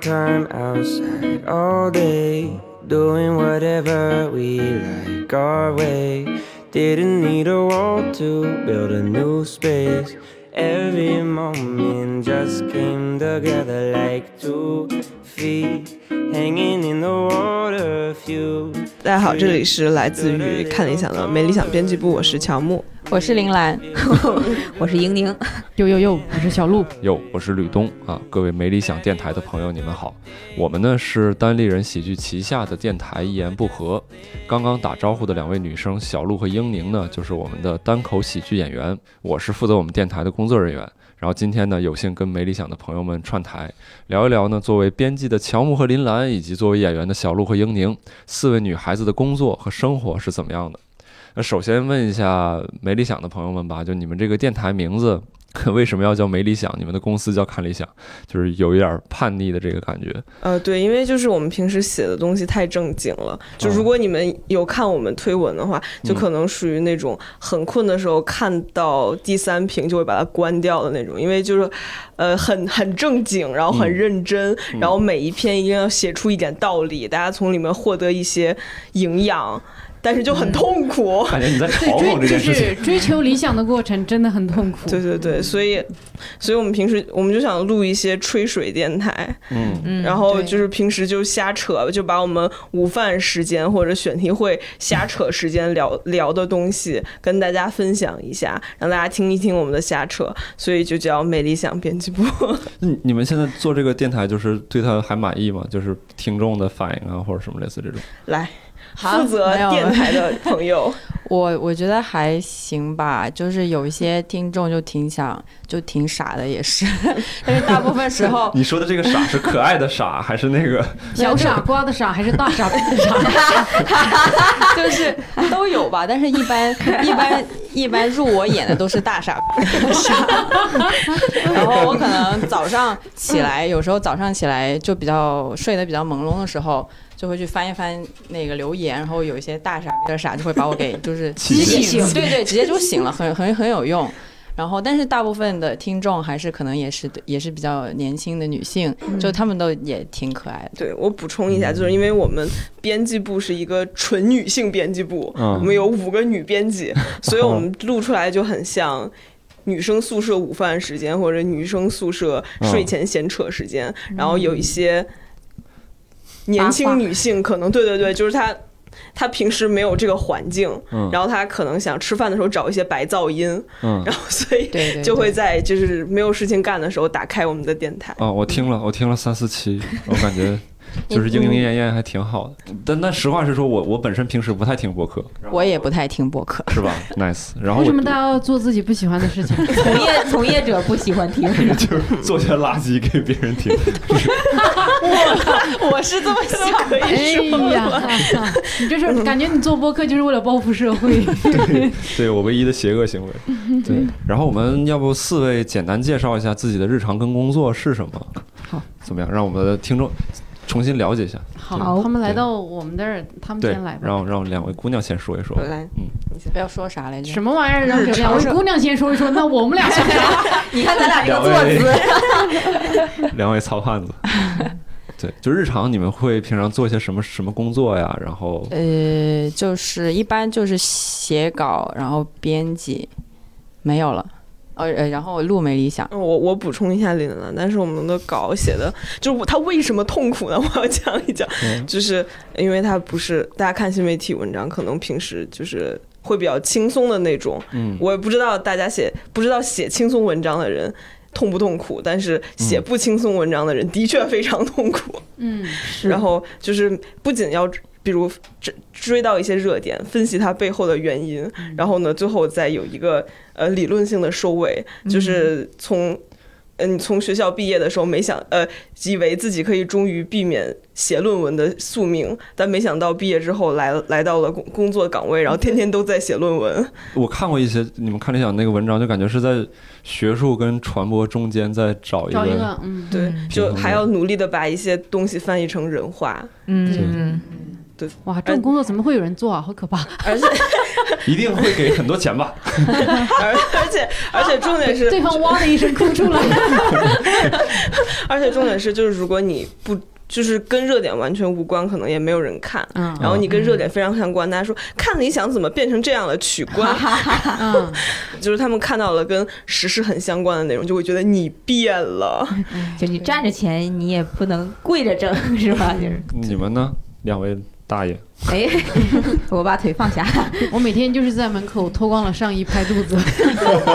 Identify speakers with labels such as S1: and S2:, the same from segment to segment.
S1: time outside all day, doing whatever we like our way. Didn't need a wall to build a new space. Every moment just came together like two feet hanging in the water. Few
S2: 大家好，这里是来自于看理想的没理想编辑部，我是乔木。
S3: 我是林兰，
S4: 我是莹宁，
S5: 呦呦呦，我是小鹿，
S6: 哟，我是吕东啊，各位没理想电台的朋友，你们好。我们呢是单立人喜剧旗下的电台一言不合。刚刚打招呼的两位女生小鹿和英宁呢，就是我们的单口喜剧演员，我是负责我们电台的工作人员。然后今天呢，有幸跟没理想的朋友们串台，聊一聊呢，作为编辑的乔木和林兰，以及作为演员的小鹿和英宁，四位女孩子的工作和生活是怎么样的。那首先问一下没理想的朋友们吧，就你们这个电台名字 为什么要叫没理想？你们的公司叫看理想，就是有一点儿叛逆的这个感觉。
S2: 呃，对，因为就是我们平时写的东西太正经了，就
S6: 嗯
S2: 如果你们有看我们推文的话，就
S6: 嗯
S2: 可能属于那种很困的时候看到第三屏就会把它关掉的那种，因为就是，呃，很很正经，然后很
S6: 嗯
S2: 认真，
S6: 嗯
S2: 然后每一篇一定要写出一点道理，大家从里面获得一些营养，但是就很痛苦。
S6: 感觉你在
S5: 对追就是。追求理想的过程真的很痛苦。
S2: 对对
S3: 嗯
S2: 对，所以，所以我们平时我们就想录一些吹水电台，
S6: 嗯，
S4: 嗯
S2: 然后
S3: 对
S2: 就是平时就瞎扯，就把我们午饭时间或者选题会瞎扯时间聊聊的东西跟大家分享一下，让大家听一听我们的瞎扯，所以就叫美理想编辑部。
S6: 那 你们现在做这个电台，就是对它还满意吗？就是听众的反应啊，或者什么类似这种。
S2: 来，
S3: 好
S2: 负责
S3: 没有
S2: 电台的朋友，
S3: 我我觉得还行吧，就是有一些听众就挺想就挺傻的，也是， 但是大部分时候
S6: 你说的这个傻是可爱的傻，还是那个？
S5: 小傻瓜的傻还是大 傻瓜的傻？
S3: 就是都有吧，但是一般一般一般入我眼的都是大傻逼然后我可能早上起来，有时候早上起来就比较睡得比较朦胧的时候，就会去翻一翻那个留言，然后有一些大傻逼的傻就会把我给就是
S6: 气
S5: 醒
S3: 对对，直接就醒了，很很很有用。然后，但是大部分的听众还是可能也是也是比较年轻的女性，
S4: 嗯
S3: 就她们都也挺可爱的。
S2: 对我补充一下，就是因为我们编辑部是一个纯女性编辑部，
S6: 嗯
S2: 我们有五个女编 辑，所以我们录出来就很像。女生宿舍午饭时间，或者女生宿舍
S6: 嗯
S2: 睡前闲扯时间，然后
S3: 嗯
S2: 有一些年
S5: 八
S2: 轻
S5: 卦
S2: 女性可能对对对，就是她，她平时没有这个环境，
S6: 嗯
S2: 然后她可能想吃饭的时候找一些白噪音，
S6: 嗯
S2: 然后所以
S3: 对对对
S2: 就会在就是没有事情干的时候打开我们的电台。
S6: 啊，我听了，我听了三四期，我 感觉就是莺莺燕燕还挺好的。但但实话实说，我我本身平时不太听播客，
S3: 我也不太听播客，
S6: 是吧？Nice。然 后
S5: 为
S6: 我
S5: 什么大家要做自己不喜欢 的事情？
S4: 从业从业者不喜欢听，
S6: 就是做些垃圾给别人听。
S3: 我是这么想的。
S2: 可
S5: 哎
S2: 以说
S5: 呀， 你这是感觉你做播客就是为了报复社会。
S6: 对我唯一的邪恶行为。对，然后我们要不四位简单介绍一下自己的日常跟工作是什么？
S5: 好，
S6: 怎么样？让我们的听众重新了解一下。
S5: 好，他们来到我们这儿，他们
S6: 对
S5: 先来，吧。
S6: 让让两位姑娘先说一说。
S2: 来，
S3: 不要说啥来着。
S5: 什么玩意儿？让两位姑娘先说一说，那我们俩想 啥？
S4: 你看咱俩这个坐
S6: 两
S4: 姿，
S6: 两位糙汉子。对，就日常你们会平常做些什么什么工作呀？然后
S3: 呃，就是一般就是写稿，然后编辑，没有了。呃呃，然后路没理想，
S2: 我我补充一下林兰，但是我们的稿写的，就是我他为什么痛苦呢？ 我要讲一讲，
S6: 嗯
S2: 就是因为他不是大家看新媒体文章，可能平时就是会比较轻松的那种。
S6: 嗯，
S2: 我也不知道大家写不知道写轻松文章的人痛不痛苦，但是
S6: 嗯
S2: 写不轻松文章的人的确非常痛苦。
S5: 嗯，
S2: 然后就是不仅要比如追追到一些热点，分析它背后的原因，
S5: 嗯
S2: 然后呢，最后再有一个呃理论性的收尾，
S5: 嗯
S2: 就是从。呃，你从学校毕业的时候没想，呃，以为自己可以终于避免写论文的宿命，但没想到毕业之后来来到了工工作岗位，然后天天都在写论文。
S6: 我看过一些你们看理想那个文章，就感觉是在学术跟传播中间在找一
S5: 找一
S6: 个
S5: 个嗯，
S2: 对，
S6: 平
S2: 就
S6: 衡
S2: 还
S6: 的
S2: 要努力的把一些东西翻译成人话。
S4: 嗯，
S2: 对，
S5: 哇，这种工作怎么会有人做啊？好可怕！
S2: 而且
S6: 一定会给很多钱吧？
S2: 而而且而且重点是，
S5: 对方哇的一声哭出来，
S2: 而且重点是，就是如果你不就是跟热点完全无关，可能也没有人看。
S3: 嗯
S2: 然后你跟热点非常相关，大家说看理想怎么变成这样了，取关，
S3: 嗯，
S2: 就是他们看到了跟时事很相关的内容，就会觉得你变了。
S3: 嗯
S4: 就你站着钱，你也不能跪着挣， 是吧？就是，
S6: 你们呢，两位大爷？
S4: 哎， 我把腿放下。
S5: 我每天就是在门口脱光了上衣拍肚子，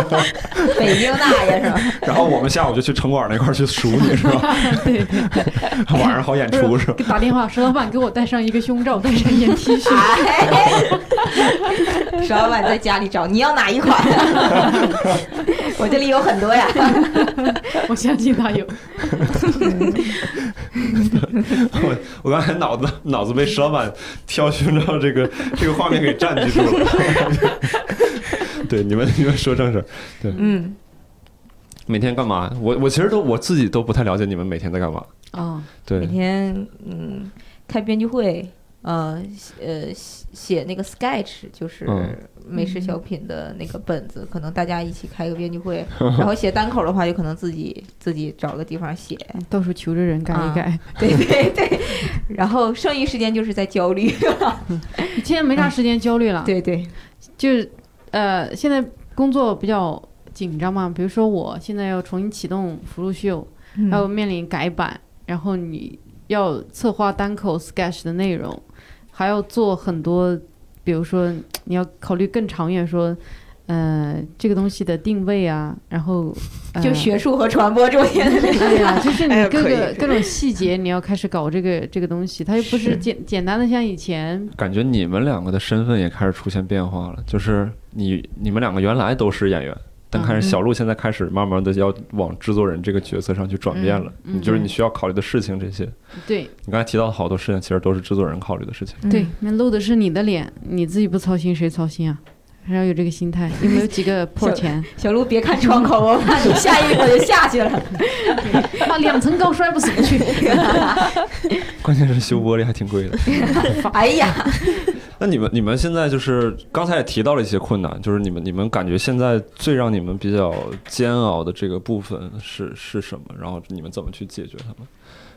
S4: 北京大爷是吧？
S6: 然后我们下午就去城管那块儿去数你是吧？
S5: 对，
S6: 晚上 好演出是吧？
S5: 给打电话，石老板给我带上一个胸罩，带上一 件 T 恤，
S4: 哎， 石老板在家里找，你要哪一款？ 我这里有很多呀。
S5: 我相信他有。
S6: 我我刚才脑子脑子被石老板挑寻到这个这个画面给占据住了。 对，你们你们说正事儿。对，
S4: 嗯，
S6: 每天干嘛？我我其实都我自己都不太了解你们每天在干嘛。
S5: 啊，
S6: 对
S4: 每，天嗯开编剧会，呃呃写写那个 sketch，就是
S6: 嗯
S4: 美食小品的那个本子，可能大家一起开个编剧会，然后写单口的话，就可能自己自己找个地方写，
S5: 哎到处求着人改一改。
S4: 对对对，然后剩余时间就是在焦虑，
S5: 你现在没啥时间焦虑了，，
S4: 对对，
S5: 就是呃，现在工作比较紧张嘛。比如说，我现在要重新启动福禄秀，还有面临改版，然后你要策划单口 sketch 的内容，还要做很多，比如说你要考虑更长远，说，呃，这个东西的定位啊，然后、呃、
S4: 就学术和传播中间的那
S5: 对呀、就是你
S2: 哎呀
S5: 各
S2: 可以
S5: 个、
S2: 是
S5: 各种细节，你要开始搞这个这个东西，它又不是
S4: 是
S5: 简简单的像以前，
S6: 感觉你们两个的身份也开始出现变化了，就是你你们两个原来都是演员。但开始，
S5: 嗯
S6: 小鹿现在开始慢慢的要往制作人这个角色上去转变了。
S5: 嗯
S6: 你就是你需要考虑的事情这些，
S5: 对
S6: 你刚才提到的好多事情，其实都是制作人考虑的事情。
S5: 嗯对，那露的是你的脸，你自己不操心谁操心啊？还要有这个心态，有没有几个破 钱？
S4: 小鹿别看窗口，我怕你下一秒就下去了。
S5: 啊，两层高摔不死不去。
S6: 关键是修玻璃还 挺贵的。
S5: 嗯
S4: 哎呀，
S6: 那你们你们现在就是刚才也提到了一些困难，就是你们你们感觉现在最让你们比较煎熬的这个部分是是什么？然后你们怎么去解决它们？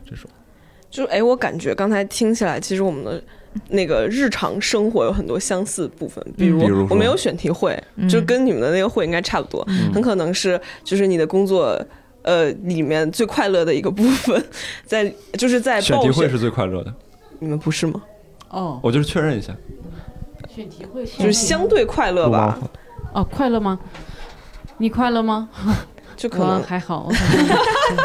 S6: 这种
S2: 就是哎，我感觉刚才听起来，其实我们的那个日常生活有很多相似部分，比如,、
S6: 嗯比如说
S2: 我们有选题会，
S3: 嗯
S2: 就跟你们的那个会应该差不多，很可能是就是你的工作。呃，里面最快乐的一个部分， 在就是在
S6: 选
S2: 报
S6: 题会是最快乐的，
S2: 你们不是吗？
S5: 哦，
S6: 我就是确认一下，
S5: 选题会
S2: 就是相对快乐吧，
S5: 哦，快乐吗？你快乐吗？
S2: 就可
S5: 我
S2: 能
S5: 还好，我可能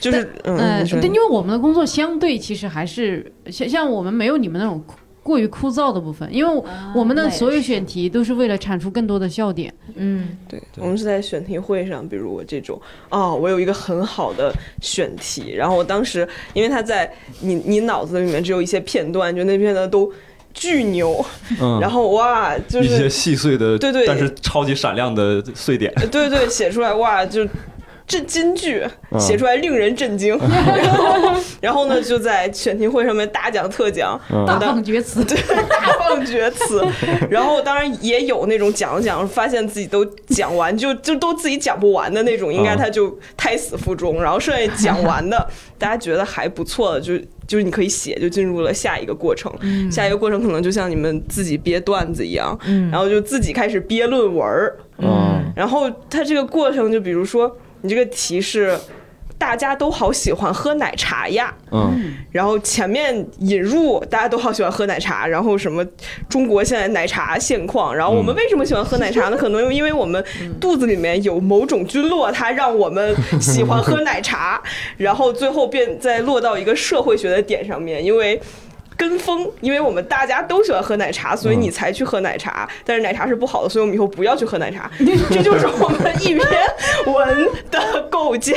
S2: 就是嗯，
S5: 呃，
S2: 你说
S5: 对，因为我们的工作相对其实还是像像我们没有你们那种枯过于枯燥的部分，因为我们的所有选题都是为了产出更多的笑点。
S4: 嗯，
S2: 对，我们是在选题会上，比如我这种，哦，我有一个很好的选题，然后我当时，因为他在你你脑子里面只有一些片段，就那片段都巨牛，
S6: 嗯，
S2: 然后哇，就
S6: 一些
S2: 是
S6: 细碎的，
S2: 对对
S6: 但是超级闪亮的碎点，
S2: 对对，写出来哇，就这金句
S6: 嗯
S2: 写出来令人震 惊，然后然后呢就在选题会上面大讲特讲，
S6: 嗯
S5: 大
S2: 的
S5: 放厥词，
S2: 对，大放厥词。然后当然也有那种讲着讲着发现自己都讲完，就就都自己讲不完的那种，应该
S6: 啊
S2: 他就胎死腹中。然后剩下讲完的，大家觉得还不错的，就就是你可以写，就进入了下一个过程。下一个过程可能就像你们自己憋段子一样，然后就自己开始憋论文儿。
S6: 嗯，
S2: 然后它这个过程，就比如说你这个题是。大家都好喜欢喝奶茶呀，
S6: 嗯，
S2: 然后前面引入大家都好喜欢喝奶茶，然后什么中国现在奶茶现况，然后我们
S6: 嗯
S2: 为什么喜欢喝奶茶呢？可能因为我们肚子里面有某种菌落，它让我们喜欢喝奶茶，然后最后便再落到一个社会学的点上面，因为。跟风，因为我们大家都喜欢喝奶茶，所以你才去喝奶茶。但是奶茶是不好的，所以我们以后不要去喝奶茶。这就是我们一篇文的构架。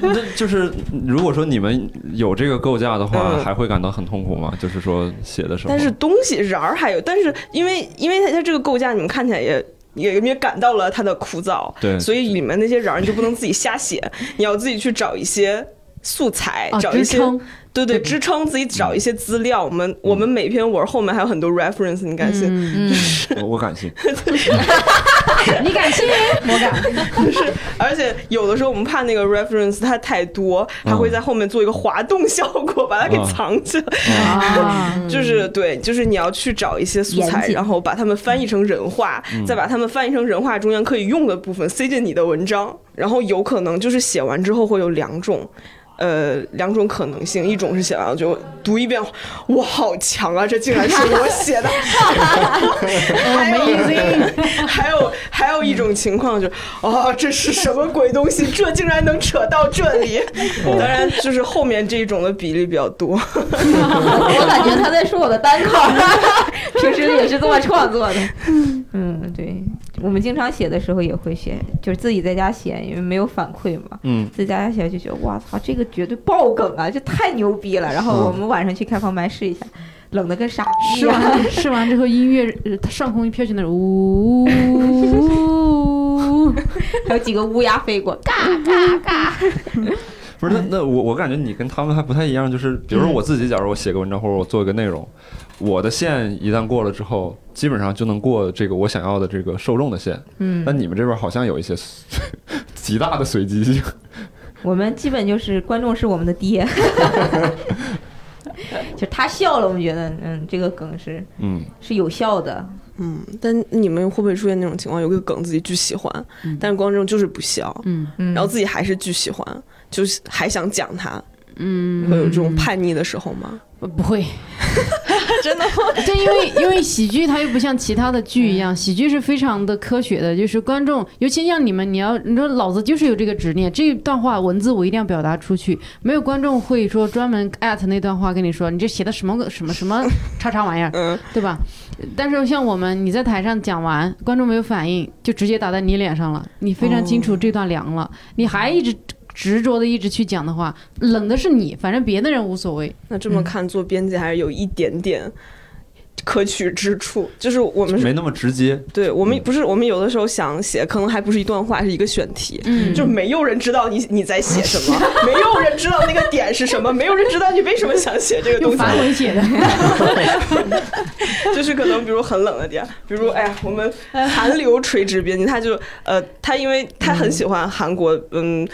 S6: 那就是如果说你们有这个构架的话，
S2: 嗯
S6: 还会感到很痛苦吗？就是说写的时候，
S2: 但是东西瓤儿还有，但是因为因为它它这个构架，你们看起来也。也也感到了它的枯燥，
S6: 对
S2: 所以里面那些瓤儿你就不能自己瞎写，你要自己去找一些素材，
S5: 啊，
S2: 找
S5: 支
S2: 一些
S5: 撑
S2: 对对支撑自己找一些资料。我们我们每篇文后面还有很多 reference，你敢信？
S5: 嗯
S3: 嗯，
S6: 我我感 谢。
S4: 你敢信？我敢。
S2: 而且有的时候我们怕那个 reference 它太多，还
S5: 嗯
S2: 会在后面做一个滑动效果，把它给
S6: 啊
S2: 藏起来。
S6: 啊
S5: 啊，
S2: 就是对，就是你要去找一些素
S4: 嗯严
S2: 材，
S4: 谨
S2: 然后把它们翻译成人话，再把它们翻译成人话中间可以用的部分塞进你的文章，然后有可能就是写完之后会有两种。呃，两种可能性，一种是写完我就读一遍，哇，好强啊！这竟然是我 写的，还有还有还有一种情况就是，哦，这是什么鬼东西？这竟然能扯到这里？当然，就是后面这种的比例比较多。
S4: 我感觉他在说我的单口， 平时也是这么创作的。嗯，对，我们经常写的时候也会写，就是自己在家写，因为没有反馈嘛。
S6: 嗯，
S4: 自己在家写就觉得哇操，这个绝对爆梗啊，这太牛逼了。然后我们晚上去开放麦试一下，冷的跟傻逼一
S5: 试
S4: 样。
S5: 完试完之后，音乐呃它上空一飘起那种 呜，
S4: 还有几个乌鸦飞过，嘎
S6: 不
S4: 哎
S6: 是，那那我我感觉你跟他们还不太一样，就是
S4: 嗯
S6: 比如说我自己，假如我写个文章或者我做一个内容，我的线一旦过了之后，基本上就能过这个我想要的这个受众的线。
S4: 嗯
S6: 但你们这边好像有一些 极大的随机性。
S4: 我们基本就是观众是我们的爹，就他笑了，我们觉得嗯，这个梗是
S6: 嗯，
S4: 是有效的。
S2: 嗯，但你们会不会出现那种情况，有个梗自己巨喜欢，
S5: 嗯
S2: 但是观众就是不笑，
S5: 嗯
S4: 嗯，
S2: 然后自己还是巨喜欢，就是还想讲它，
S5: 嗯，
S2: 会有这种叛逆的时候吗？
S5: 不不会， 真的会。对，因为因为喜剧它又不像其他的剧一样，喜剧是非常的科学的，就是观众，尤其像你们，你要你说老子就是有这个执念，这一段话文字我一定要表达出去，没有观众会说专门艾特那段话跟你说你这写的什么个什么什么叉叉玩意儿，
S2: 嗯，
S5: 对吧？但是像我们，你在台上讲完，观众没有反应，就直接打在你脸上了。你非常清楚这段凉了，你还一直执着的一直去讲的话，冷的是你，反正别的人无所谓。
S2: 那这么看，做编辑还是有一点点可取之处，就是我们是
S6: 嗯没那么直接。
S2: 对我们
S6: 嗯
S2: 不是我们有的时候想写，可能还不是一段话，是一个选题。
S5: 嗯
S2: 就没有人知道你你在写什 么，没有人知道那个点是什么，没有人知道你为什么想写这个东
S5: 用
S2: 西。
S5: 法文写的，
S2: 就是可能比如很冷的点，比如哎呀，我们韩流垂直编辑，他就呃，他因为他很喜欢韩国，嗯。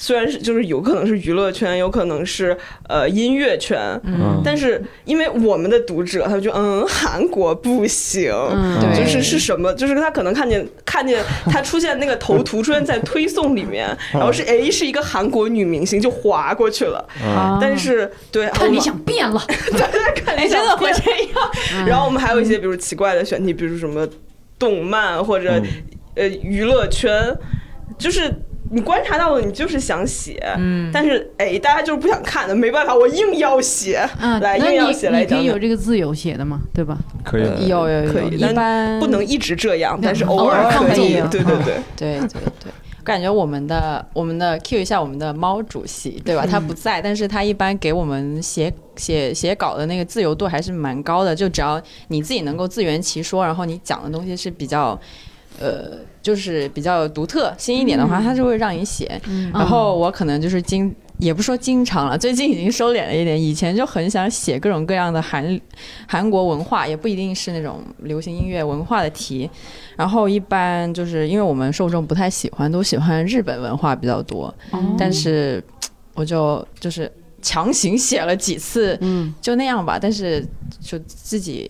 S2: 虽然是就是有可能是娱乐圈，有可能是呃音乐圈，
S6: 嗯，
S2: 但是因为我们的读者，他就嗯韩国不行，
S5: 嗯，
S6: 对
S2: 就是是什么，就是他可能看见看见他出现那个头图出现在推送里面，然后是诶是一个韩国女明星就划过去了，
S6: 啊
S2: 但是对，
S5: 哦看理
S2: 我
S5: 想变了，
S2: 看理
S3: 哎，
S2: 想
S3: 真的会
S2: 变
S3: 这样，
S5: 嗯
S2: 然后我们还有一些比如奇怪的选题，比如什么动漫或者、呃娱乐圈，就是你观察到了，你就是想写，
S4: 嗯，
S2: 但是哎，大家就是不想看的，没办法，我硬要写，
S5: 嗯，
S2: 来
S5: 那
S2: 硬要写
S5: 你
S2: 来
S5: 你可
S2: 讲
S5: 以有
S2: 讲。
S5: 这个自由写的嘛，对吧？
S6: 可以的。
S3: 有有
S2: 呃可
S3: 有，
S2: 以
S3: 一
S2: 但
S3: 般
S2: 不能一直这样，但是
S5: 嗯
S2: 偶尔
S3: 偶尔
S2: 可
S3: 可
S2: 以
S3: 以，
S2: 对对对，
S3: 对对对，我感觉我们的我们的 Q 一下我们的猫主席，对吧？他不在，但是他一般给我们写写写稿的那个自由度还是蛮高的，就只要你自己能够自圆其说，然后你讲的东西是比较，呃，就是比较独特新一点的话，他就会让你写。然后我可能就是经。也不说经常了，最近已经收敛了一点。以前就很想写各种各样的韩韩国文化，也不一定是那种流行音乐文化的题，然后一般就是因为我们受众不太喜欢，都喜欢日本文化比较多，
S5: 哦
S3: 但是我就就是强行写了几次，
S5: 嗯，
S3: 就那样吧。但是就自己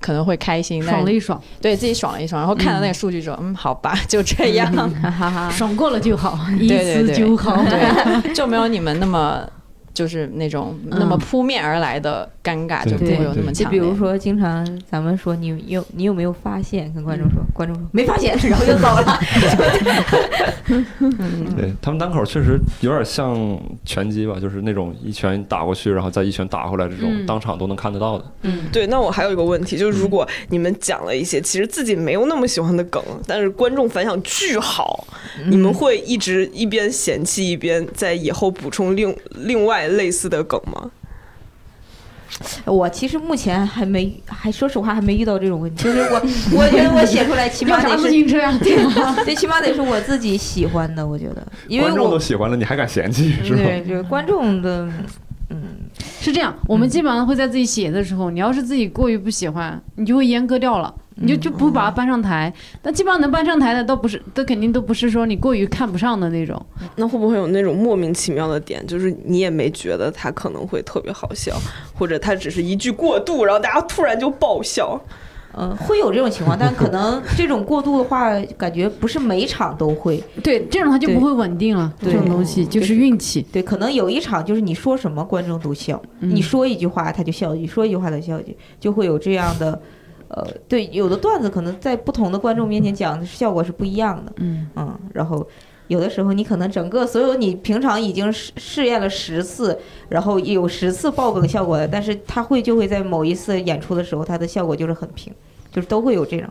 S3: 可能会开心，但
S5: 爽了一爽，
S3: 对自己爽了一爽，然后看到那个数据之后，嗯好吧，就这样，
S4: 哈哈哈。
S5: 爽过了就好， 一
S3: 对对
S5: 丝
S3: 对
S5: 就 好。
S3: 对，就没有你们那么。就是那种
S5: 嗯
S3: 那么扑面而来的尴尬，就不会有那么
S4: 就
S3: 强
S4: 比
S3: 烈。
S4: 如说，经常咱们说你有你有没有发现？跟观众说，观众说没发现， 然后就走了。
S6: 对他们单口确实有点像拳击吧，就是那种一拳打过去，然后再一拳打回来这种，
S5: 嗯
S6: 当场都能看得到的。
S2: 对。那我还有一个问题，就是如果你们讲了一些其实自己没有那么喜欢的梗，但是观众反响巨好，你们会一直一边嫌弃一边在以后补充另另外类似的梗吗？
S4: 我其实目前还没，还说实话还没遇到这种问题。就是我，我觉得我写出来起
S5: 有
S4: 码
S5: 啥
S4: 得
S5: 自
S4: 是，
S5: 行车呀？
S4: 最起码得是我自己喜欢的。我觉得，因为
S6: 观众都
S4: 我
S6: 喜欢了，你还敢嫌弃是吧？
S4: 对，就是观众的，嗯，
S5: 是这样，我们基本上会在自己写的时候，你要是自己过于不喜欢，你就会阉割掉了，你就就不把它搬上台。但基本上能搬上台的，都不是，都肯定都不是说你过于看不上的那种。
S2: 那会不会有那种莫名其妙的点，就是你也没觉得他可能会特别好笑，或者他只是一句过度，然后大家突然就爆笑？
S4: 呃，会有这种情况，但可能这种过度的话，感觉不是每场都会。
S5: 对，这种它就
S4: 对
S5: 不会稳定了。这
S4: 对
S5: 种东西就是运气。
S4: 对，可能有一场就是你说什么观众都笑，
S5: 嗯
S4: 你说一句话他就笑一句，说一句话他笑一句，就会有这样的，呃，对，有的段子可能在不同的观众面前讲的效果是不一样的，
S5: 嗯，
S4: 嗯，然后有的时候你可能整个所有你平常已经试试验了十次，然后有十次爆梗效果的，但是他会就会在某一次演出的时候，他的效果就是很平，就是都会有这种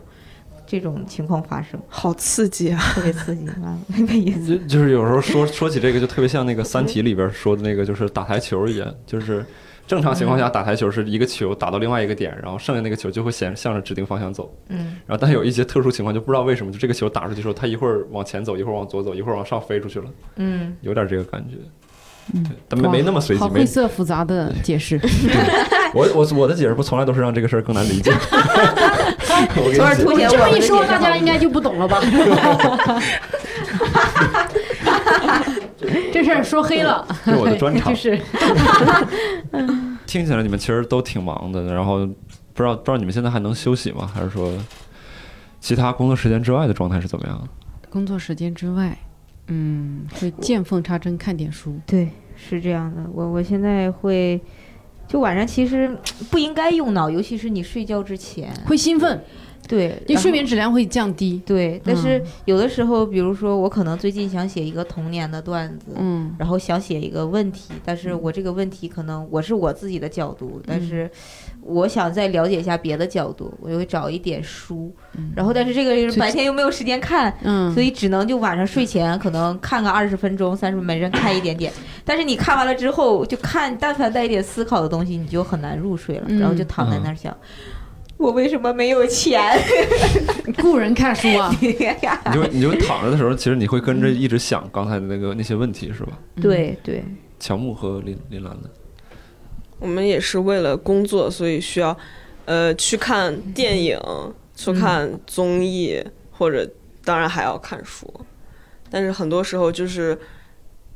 S4: 这种情况发 生，
S2: 好刺激啊！
S4: 特别刺激，啊，特别意思。
S6: 就就是有时候说说起这个，就特别像那个《三体》里边说的那个，就是打台球一样，就是正常情况下打台球是一个球打到另外一个点，然后剩下那个球就会向向着指定方向走。
S4: 嗯，
S6: 然后但有一些特殊情况，就不知道为什么，就这个球打出去的时候，它一会儿往前走，一会儿往左走，一会儿往上飞出去了，
S4: 嗯，
S6: 有点这个感觉。
S5: 嗯
S6: 对，但没没那么随
S5: 好
S6: 机。
S5: 晦
S6: 没
S5: 涩复杂的解释。
S6: 我我我的解释不从来都是让这个事儿更难 理解。 我
S4: 从而
S6: 给你
S4: 凸显
S5: 这
S4: 我
S5: 么
S4: 们的
S5: 一说，
S4: 解释
S5: 大
S4: 好
S5: 家
S4: 不
S5: 应该就不懂了 吧？这事儿说黑了，
S6: 这是我 的专长
S5: 就。是
S6: 听起来你们其实都挺忙的，然后不知道不知道你们现在还能休息吗？还是说其他工作时间之外的状态是怎么样？
S5: 工作时间之外，嗯，会见缝插针看点书。
S4: 对，是这样的。我我现在会，就晚上其实不应该用脑，尤其是你睡觉之前。
S5: 会兴奋，
S4: 对，
S5: 你
S4: 然
S5: 睡
S4: 后
S5: 眠质量会降低。
S4: 对，但是
S5: 嗯
S4: 有的时候，比如说我可能最近想写一个童年的段子，
S5: 嗯，
S4: 然后想写一个问题，但是我这个问题可能我是我自己的角度，但
S5: 嗯
S4: 是我想再了解一下别的角度，我就会找一点书，
S5: 嗯
S4: 然后但是这个
S5: 就
S4: 白天又没有时间看，
S5: 嗯，
S4: 所以只能就晚上睡前可能看个二十分钟、三十分钟，每人看一点点。但是你看完了之后，就看但凡带一点思考的东西，你就很难入睡了，
S5: 嗯
S4: 然后就躺在那儿想。我为什么没有钱？
S5: 雇嗯人看书 啊，
S6: 你就你就躺着的时候，其实你会跟着一直想刚才的那个那些问题是吧？
S5: 嗯
S4: 对对，
S6: 乔木和林林兰的，
S2: 我们也是为了工作，所以需要，呃，去看电影，去看综艺，或者当然还要看书。但是很多时候就是，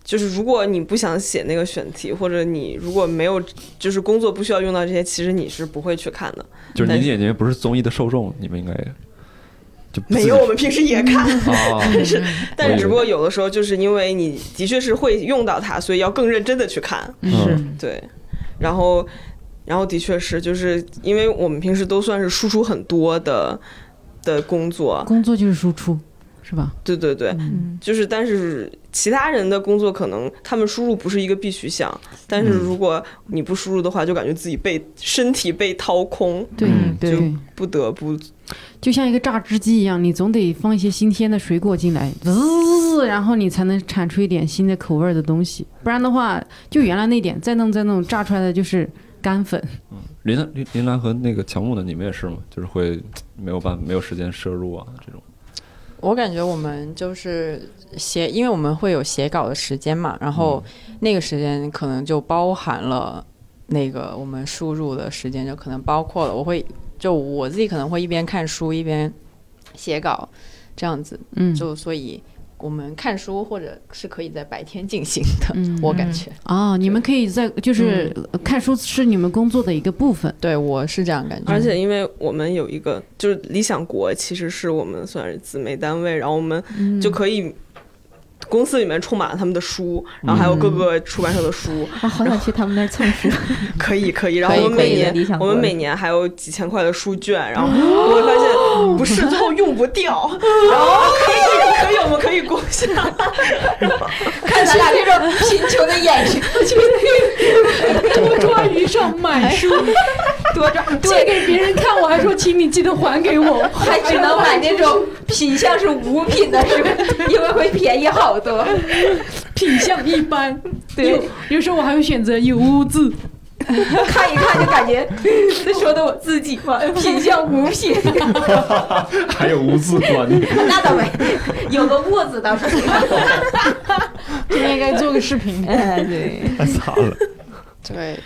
S2: 就是如果你不想写那个选题，或者你如果没有，就是工作不需要用到这些，其实你是不会去看的。
S6: 就是你的眼睛不是综艺的受众，你们应该就不
S2: 没
S6: 自
S2: 有，我们平时也看，
S6: 啊，
S2: 但是只不过有的时候就是因为你的确是会用到它，所以要更认真的去看。
S6: 是
S5: 嗯
S2: 对，然后，然后的确是，就是因为我们平时都算是输出很多的的工作，
S5: 工作就是输出，是吧？嗯
S2: 对对
S6: 嗯
S2: 对，就是但是其他人的工作可能他们输入不是一个必须项，但是如果你不输入的话，就感觉自己被身体被掏空，
S5: 对
S6: 嗯
S4: 对
S5: 对，
S2: 不得不
S5: 就像一个榨汁机一样，你总得放一些新鲜的水果进来，滋，然后你才能产出一点新的口味儿的东西，不然的话，就原来那点再弄再弄，榨出来的就是干粉。
S6: 林兰林林兰和那个乔木的，你们也是吗？就是会没有办法没有时间摄入啊这种。
S3: 我感觉我们就是写，因为我们会有写稿的时间嘛，然后
S5: 嗯
S3: 那个时间可能就包含了那个我们输入的时间，就可能包括了。我会就我自己可能会一边看书一边写稿，这样子，
S5: 嗯，
S3: 就所以我们看书或者是可以在白天进行的，
S5: 嗯
S3: 我感觉，
S5: 哦，你们可以在就是呃看书是你们工作的一个部分。
S3: 对我是这样感觉。
S2: 而且因为我们有一个就是理想国，其实是我们算是姊妹单位，然后我们就可以。公司里面充满了他们的书，然后还有各个出版社的书，
S4: 啊，好想去他们那儿蹭书。
S2: 可以可以，然后我们
S3: 可以
S2: 每
S4: 可以的理
S2: 年
S4: 想
S2: 我
S4: 国
S2: 们每年还有几千块的书券，然后我会发现不是最后用不掉，然后可以可以我们可以共享，
S4: 看咱俩这种贫穷的眼神，
S5: 多抓鱼上买书，
S4: 多抓，对，
S5: 借给别人看，我还说请你记得还给我，
S4: 还只能买那种品相是五品的书，因为会便宜好多。
S5: 品相一般。
S4: 对
S5: 有，有时候我还会选择有污渍。
S4: 看一看就感觉这说的我自己嘛，品相无品，
S6: 还有无字观念。
S4: 那倒没，有个卧字倒是。
S7: 这应该做个视频。
S4: 哎，对，
S6: 太惨了。
S3: 对，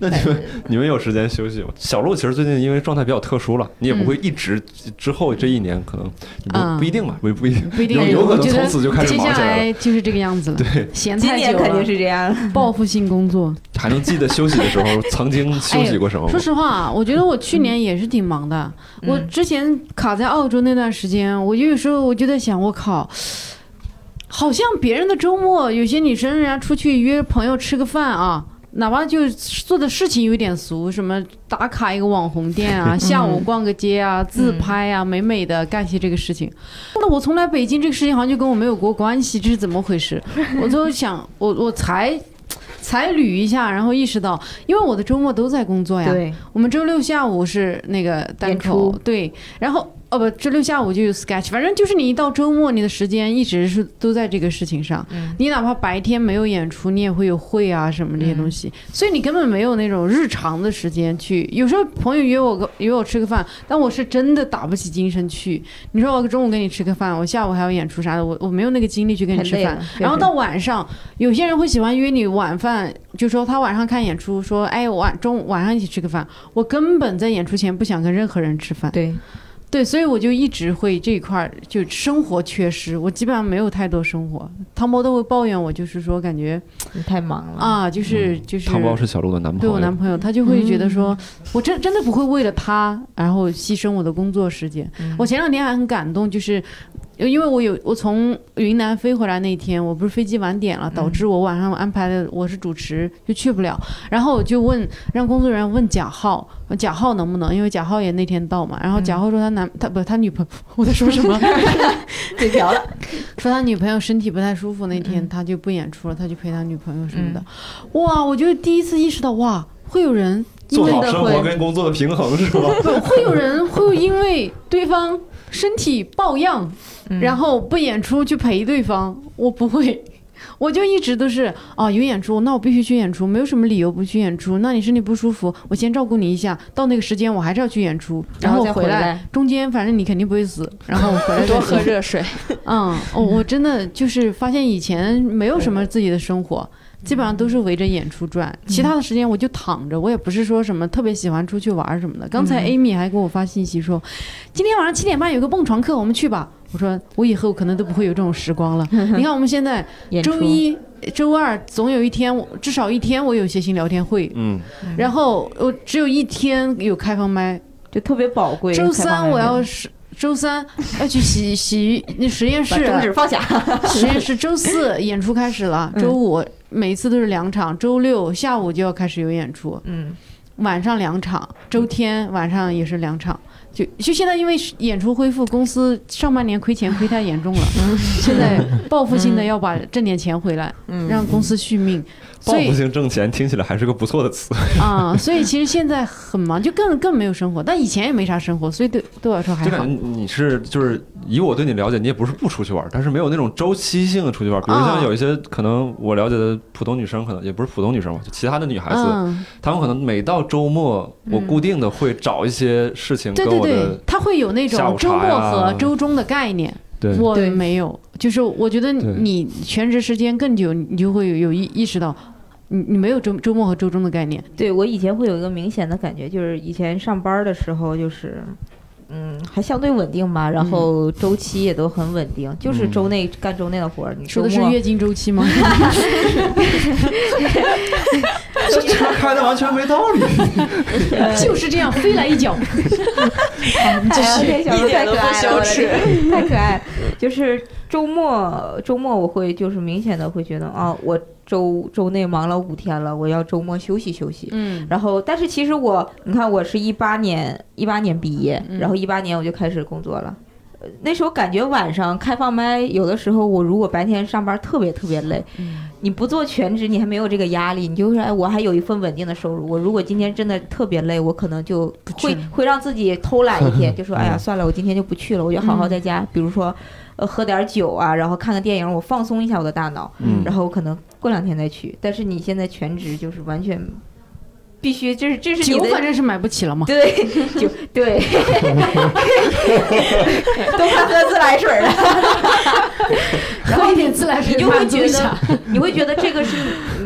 S6: 那你们 你们有时间休息吗？小鹿其实最近因为状态比较特殊了，你也不会一直、之后这一年可能不、
S5: 嗯
S6: 不一定吧，不不一定，
S5: 不一定，哎
S6: 有有可
S5: 我
S6: 能
S5: 觉得
S6: 从此就开始
S5: 接
S6: 忙
S5: 下
S6: 起来了。
S5: 来就是这个样子了，
S6: 对，
S5: 闲
S4: 今
S5: 太
S4: 年
S5: 久
S4: 肯定
S5: 了，
S4: 是这样。
S5: 报复性工作。
S6: 还能记得休息的时候 曾经休息过什么吗
S5: 哎说？实话，我觉得我去年也是挺忙的。
S4: 嗯
S5: 我之前卡在澳洲那段时间，我有时候我就在想，我靠，好像别人的周末，有些女生人家出去约朋友吃个饭啊。哪怕就做的事情有点俗，什么打卡一个网红店啊，下午逛个街啊，自拍啊，美美的干些这个事情。那我从来北京这个事情好像就跟我没有过关系，这是怎么回事？我就想，我我才才捋一下，然后意识到，因为我的周末都在工作呀。
S7: 对，
S5: 我们周六下午是那个单口
S7: 演出，
S5: 对，然后哦不，周六下午就有 sketch，反正就是你一到周末，你的时间一直是都在这个事情上。你哪怕白天没有演出，你也会有会啊什么这些东西，所以你根本没有那种日常的时间去。有时候朋友约我个约我吃个饭，但我是真的打不起精神去。你说我中午跟你吃个饭，我下午还要演出啥的，我我没有那个精力去跟你
S4: 很
S5: 吃
S4: 累啊
S5: 饭
S4: 了。确
S5: 然后
S4: 实
S5: 到晚上，有些人会喜欢约你晚饭，就说他晚上看演出，说哎我晚中午晚上一起吃个饭。我根本在演出前不想跟任何人吃饭，
S7: 对，
S5: 对，所以我就一直会这一块儿就生活缺失，我基本上没有太多生活。汤包都会抱怨我，就是说感觉
S7: 你太忙了。
S5: 啊，就是就是
S6: 嗯汤包是小鹿的男朋
S5: 对
S6: 友
S5: 我，男朋友，他就会觉得说，
S6: 嗯
S5: 我真真的不会为了他，然后牺牲我的工作时间。
S6: 嗯
S5: 我前两天还很感动，就是呃因为我有我从云南飞回来那天，我不是飞机晚点了，
S6: 嗯
S5: 导致我晚上安排的我是主持就去不了，然后我就问让工作人员问贾浩，呃贾浩能不能，因为贾浩也那天到嘛，然后
S6: 嗯
S5: 贾浩说他男、他不他女朋友，我在说什 么？
S4: 嘴瓢 了，
S5: 说他女朋友身体不太舒服，
S6: 嗯
S5: 那天他就不演出了，他去陪他女朋友什么的。哇，我就第一次意识到，哇，会有人因
S6: 做
S5: 为
S6: 好
S5: 的
S6: 生
S5: 会
S6: 活跟工作的平衡是吧？
S5: 不会有人会因为对方身体抱恙，然后不演出去陪对方，我不会。 我就一直都是啊，有演出，那我必须去演出，没有什么理由不去演出。那你身体不舒服，我先照顾你一下，到那个时间我还是要去演出，
S4: 然后
S5: 后
S4: 再
S5: 回
S4: 回
S5: 来，
S4: 来
S5: 中间反正你肯定不会死，然后我回来再
S3: 多
S5: 说
S3: 喝热水。
S5: 嗯，我我真的就是发现以前没有什么自己的生活，基本上都是围着演出转，其他的时间我就躺着，我也不是说什么特别喜欢出去玩儿什么的。刚才 Amy 还给我发信息说，今天晚上七点半有个蹦床课，我们去吧。我说我以后可能都不会有这种时光了。你看我们现在
S7: 演出
S5: 周一、周二总有一天，我至少一天我有谐星聊天会，
S6: 嗯，
S5: 然后我只有一天有开放麦，
S4: 就特别宝贵。
S5: 周
S4: 采
S5: 三
S4: 访
S5: 我要
S4: 人
S5: 是。周三要去洗洗那实验室，
S4: 把中指放下，
S5: 实验室周 四演出开始
S6: 嗯
S5: 了，周五每一次都是两场，周六下午就要开始有演出，
S4: 嗯，
S5: 晚上两场，周天晚上也是两场。就就现在，因为演出恢复，公司上半年亏钱亏太严重了，
S6: 嗯
S5: 现 在报复性的要把挣点钱回来，让公司续命。
S6: 嗯报
S5: 所以
S6: 复性挣钱听起来还是个不错的词。
S5: 啊、所以其实现在很忙，就更更没有生活。但以前也没啥生活，所以对对我来说还
S6: 就
S5: 好
S6: 感。觉你是就是以我对你了解，你也不是不出去玩儿，但是没有那种周期性的出去玩儿。比如像
S5: 啊
S6: 有一些可能我了解的普通女生，可能也不是普通女生吧，就其他的女孩子，
S5: 嗯，
S6: 她们可能每到周末，我固定的会找一些事情
S5: 对
S6: 跟
S5: 嗯对
S6: 我
S5: 对
S6: 的，
S5: 它会有那
S6: 下午
S5: 种
S6: 茶
S5: 周末
S6: 呀
S5: 和周中的概念。
S6: 对
S5: 我
S7: 对
S5: 没有，就是我觉得
S6: 对
S5: 你全职时间更久，你就会有有意意识到，你你没有周周末和周中的概念。
S4: 对我以前会有一个明显的感觉，就是以前上班儿的时候，就是嗯，还相对稳定吧，然
S2: 嗯
S4: 后周期也都很稳定，就是周内干周内的活儿。你
S5: 说的
S4: 周
S5: 是
S4: 末
S5: 月经周 期吗？
S6: 这车开的完全没道理。
S5: 就是这样，飞来一脚。
S4: 哎呀，这小鹿
S2: 一
S4: 太
S2: 点都
S4: 可
S2: 不
S4: 爱
S2: 羞
S4: 了，
S2: 耻
S4: 太可爱了。就是周末，周末我会就是明显的会觉得啊，我周周内忙了五天了，我要周末休息休息。
S5: 嗯
S4: 然后，但是其实我，你看，我是一八年，一八年毕业，
S5: 嗯
S4: 然后一八年我就开始工作了。呃那时候感觉晚上开放麦，有的时候我如果白天上班特别特别累，
S5: 嗯
S4: 你不做全职，你还没有这个压力，你就是哎，我还有一份稳定的收入。我如果今天真的特别累，我可能就
S5: 去
S4: 会
S5: 了
S4: 会让自己偷懒一 天，就说哎呀算了，我今天就不去了，我就好好
S5: 嗯
S4: 在家，比如说呃喝点酒啊，然后看个电影，我放松一下我的大脑。
S6: 嗯
S4: 然后我可能过两天再去。但是你现在全职就是完全必须，这是这是你
S5: 酒反
S4: 的。
S5: 正是买不起了 嘛。
S4: 对，就对， 都快喝自来水了。然后
S7: 喝一点自来
S4: 你
S7: 水
S4: 就会
S7: 满足
S4: 觉
S7: 一
S4: 得
S7: 下。，
S4: 你会觉得这个是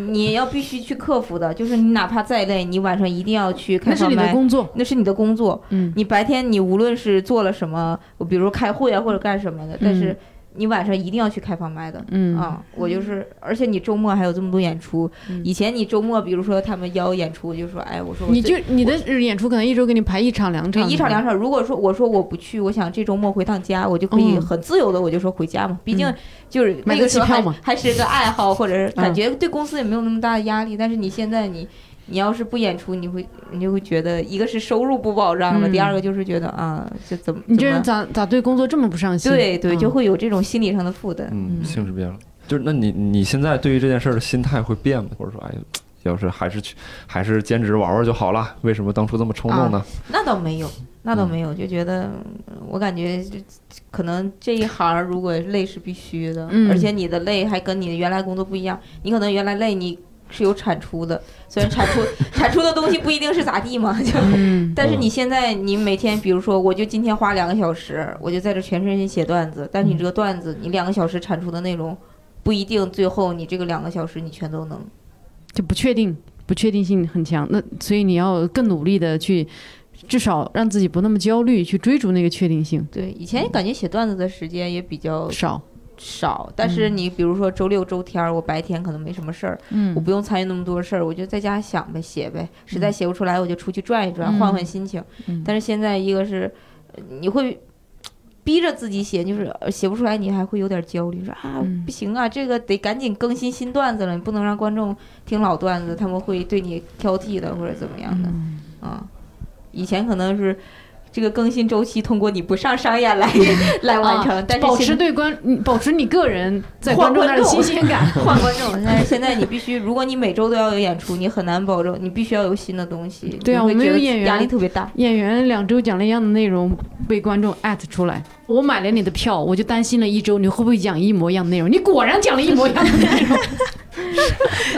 S4: 你要必须去克服的，就是你哪怕再累，你晚上一定要去开
S5: 那是
S4: 放
S5: 你的
S4: 麦，
S5: 工作，
S4: 那是你的工作。
S5: 嗯，
S4: 你白天你无论是做了什么，比如开会啊或者干什么的，但是你晚上一定要去开放麦的。
S5: 嗯
S4: 啊，我就是，而且你周末还有这么多演出。
S5: 嗯
S4: 以前你周末，比如说他们邀演出，我就说，哎，我说我
S5: 你
S4: 最
S5: 就你的演出可能一周给你排一场两
S4: 对
S5: 场，
S4: 一场两
S5: 场，
S4: 场。如果说我说我不去，我想这周末回趟家，我就可以
S5: 嗯
S4: 很自由的，我就说回家嘛。毕竟
S5: 嗯
S4: 就是
S5: 买
S4: 那
S5: 个
S4: 个时候
S5: 机票
S4: 还
S5: 嘛
S4: 还是个爱好，或者是感
S5: 嗯
S4: 觉对公司也没有那么大的压力。但是你现在你你要是不演出，你会你就会觉得一个是收入不保障了，第
S5: 嗯
S4: 二个就是觉得啊，这怎么
S5: 你
S4: 怎
S5: 这
S4: 么
S5: 人咋咋对工作这么不上心？
S4: 对对，
S5: 嗯
S4: 就会有这种心理上的负担。
S6: 嗯，性质变了。就是那你你现在对于这件事儿的心态会变吗？或者说，哎，要是还是去还是兼职玩玩就好了，为什么当初这么冲动呢？
S5: 啊
S4: 那倒没有，那倒没有，就觉得嗯我感觉就可能这一行儿如果累是必须的，
S5: 嗯
S4: 而且你的累还跟你的原来工作不一样，你可能原来累你是有产出的，虽然产 出产出的东西不一定是咋地嘛，就。
S5: 嗯，
S4: 但是你现在，你每天，比如说，我就今天花两个小时，我就在这全身心写段子。但是你
S5: 嗯
S4: 这个段子，你两个小时产出的内容，不一定最后你这个两个小时你全都能。
S5: 就不确定，不确定性很强。那所以你要更努力的去，至少让自己不那么焦虑，去追逐那个确定性
S4: 对，以前感觉写段子的时间也比较
S5: 少。
S4: 少，但是你比如说周六周天儿，我白天可能没什么事儿，
S5: 嗯
S4: 我不用参与那么多事儿，我就在家想呗，写呗，实在写不出来我就出去转一转，
S5: 嗯
S4: 换换心情。
S5: 嗯
S4: 但是现在一个是呃你会逼着自己写，就是呃写不出来，你还会有点焦虑，说啊、
S5: 嗯
S4: 不行啊，这个得赶紧更新新段子了，你不能让观众听老段
S5: 嗯
S4: 子，他们会对你挑剔的或者怎么样的啊、以前可能是。这个更新周期通过你不上商演来 来完成，
S5: 啊
S4: 但是
S5: 保
S4: 现在
S5: 持对观，嗯保持你个人在
S4: 换
S5: 观众那儿的
S4: 观
S5: 新
S4: 众
S5: 鲜 感。
S4: 换观众，但是现在你必须，如果你每周都要有演出，你很难保证，你必须要有新的东西。
S5: 对啊
S4: 你会
S5: 我们
S4: 觉
S5: 有
S4: 得
S5: 演员嗯
S4: 压力特别大。
S5: 演员两周讲了一样的内容，被观众艾特出来。我买了你的票，我就担心了一周，你会不会讲一模一样的内容？你果然讲了一模一样的内 容，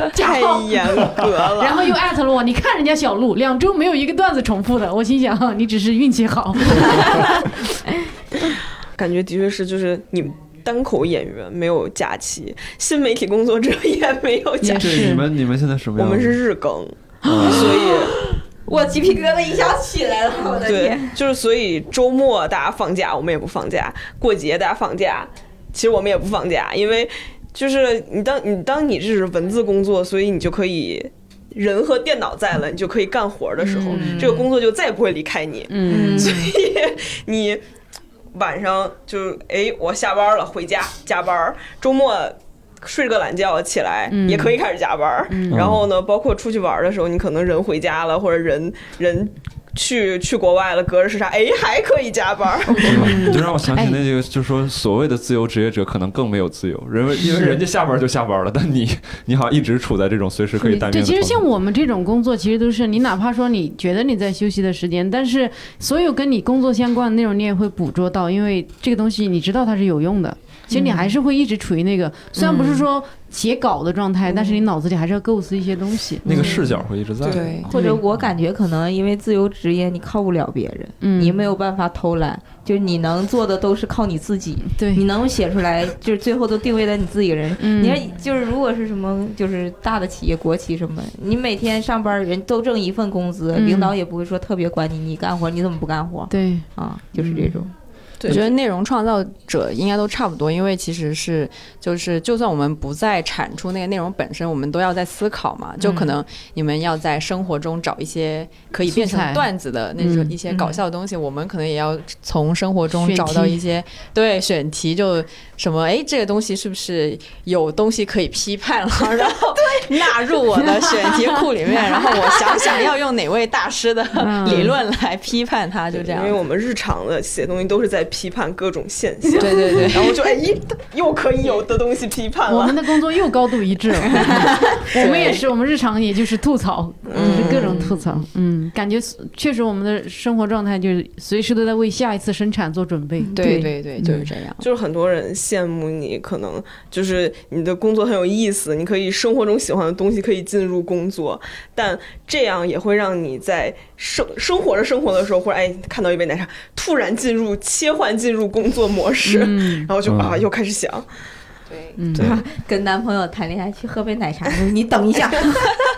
S2: 太严格了。
S5: 然后又艾特了我。你看人家小鹿，两周没有一个段子重复的。我心想，你只是运气好。
S2: 感觉的确是，就是你单口演员没有假期，新媒体工作者也没有假
S5: 也
S2: 期，
S5: 是
S6: 你们你们现在什么
S2: 我
S6: 样？
S2: 们是日更，
S6: 啊
S2: 所以。
S4: 我鸡皮疙瘩一下起来了，我的
S2: 对
S5: 嗯
S4: 天！，
S2: 就是所以周末大家放假，我们也不放假；过节大家放假，其实我们也不放假，因为就是你当你当你这是文字工作，所以你就可以。人和电脑在了，你就可以干活儿的时候，
S4: 嗯
S2: 这个工作就再也不会离开你。
S5: 嗯，
S4: 所
S2: 你晚上就是哎，我下班了，回家加班儿，周末睡个懒觉起来、
S5: 嗯
S2: 也可以开始加班儿。然后呢，包括出去玩儿的时候，你可能人回家了，或者人人去去国外了，隔着时差，哎，还可以加班 儿。
S6: 嗯 你就让我想起
S5: 哎
S6: 那个，就是说所谓的自由职业者可能更没有自由，因为因为人家下班就下班了，但你 你好像一直处在这种随时可以待命
S5: 对，
S6: 的
S5: 其
S6: 状
S5: 实
S6: 态。
S5: 像我们这种工作，其实都是你哪怕说你觉得你在休息的时间，但是所有跟你工作相关的内容你也会捕捉到，因为这个东西你知道它是有用的。其实你还是会一直处于那个，虽然不是说写稿的状态，但是你脑子里还是要构思一些东西。
S6: 那个视角会一直在。
S2: 对
S4: 或者我感觉可能因为自由职业，你靠不了别人，
S5: 嗯，
S4: 你没有办法偷懒，就是你能做的都是靠你自己，
S5: 对
S4: 你，能写出来，就是最后都定位在你自己人
S5: 嗯
S4: 你看，就是如果是什么，就是大的企业、国企什么，你每天上班人都挣一份工资，
S5: 嗯
S4: 领导也不会说特别管你，你干活你怎么不干活
S5: 对，
S4: 啊？就是
S5: 嗯
S4: 这种，
S2: 对
S3: 我觉得内容创造者应该都差不多，因为其实是就是，就算我们不再产出那个内容本身，我们都要在思考
S5: 嗯
S3: 嘛。就可能你们要在生活中找一些可以变
S5: 素材
S3: 成段子的那种
S5: 嗯
S3: 一些搞笑的东西，我们可能也要从生活中
S5: 选
S3: 找到
S5: 题
S3: 一些对选题，就什么哎，这个东西是不是有东西可以批判 了，然后纳入我的选题库里面，然后我想想要用哪位大师的
S5: 嗯
S3: 理论来批判它，就这样
S2: 因为。我们日常的写东西都是在批判各种现象，
S3: 对对对，
S2: 然后就哎一又可以有的东西批判
S5: 我
S2: 了
S5: 们，的工作又高度一致了， 我们也是，我们日常也就是吐槽，就是各种吐槽，嗯，感觉确实我们的生活状态就是随时都在为下一次生产做准备，
S3: 对对对，就是这样。
S2: 就是很多人羡慕你，可能就是你的工作很有意思，你可以生活中喜欢的东西可以进入工作，但这样也会让你在生生活着生活的时候，或者哎看到一杯奶茶，突然进入切换进入工作模式，
S5: 嗯
S2: 然后就
S6: 嗯
S2: 啊又开始想，
S3: 对，
S5: 嗯，
S6: 对
S4: 跟男朋友谈恋爱去喝杯奶茶，你等 一下，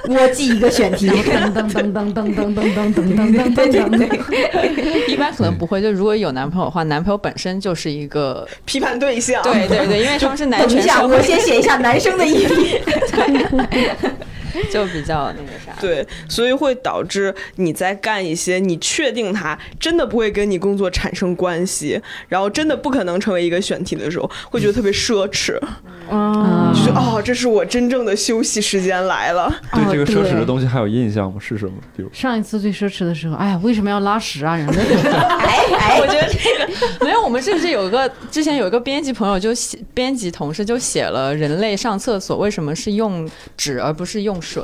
S4: 我记一个选题。
S5: 噔噔噔噔噔噔噔噔噔噔噔噔噔，
S3: 一般可能不会。就如果有男朋友的话，男朋友本身就是一个，
S2: 批判对象，
S3: 对对对，因为他们是男
S4: 哎等一
S3: 权
S4: 下，
S3: 社
S4: 我
S3: 会，
S4: 先写一下男生的一 笔。
S3: 就比较那个啥。
S2: 对，所以会导致你在干一些你确定它真的不会跟你工作产生关系，然后真的不可能成为一个选题的时候，会觉得特别奢侈，
S7: 啊
S2: 就是哦，这是我真正的休息时间来了。
S6: 对这个奢侈的
S5: 啊对
S6: 东西还有印象吗？是什么？比如
S5: 上一次最奢侈的时候，哎呀，为什么要拉屎啊？人类，
S4: 哎哎，
S3: 我觉得这 个没有，我们甚至有个之前有一个编辑朋友就写，编辑同事就写了人类上厕所为什么是用纸而不是用 水，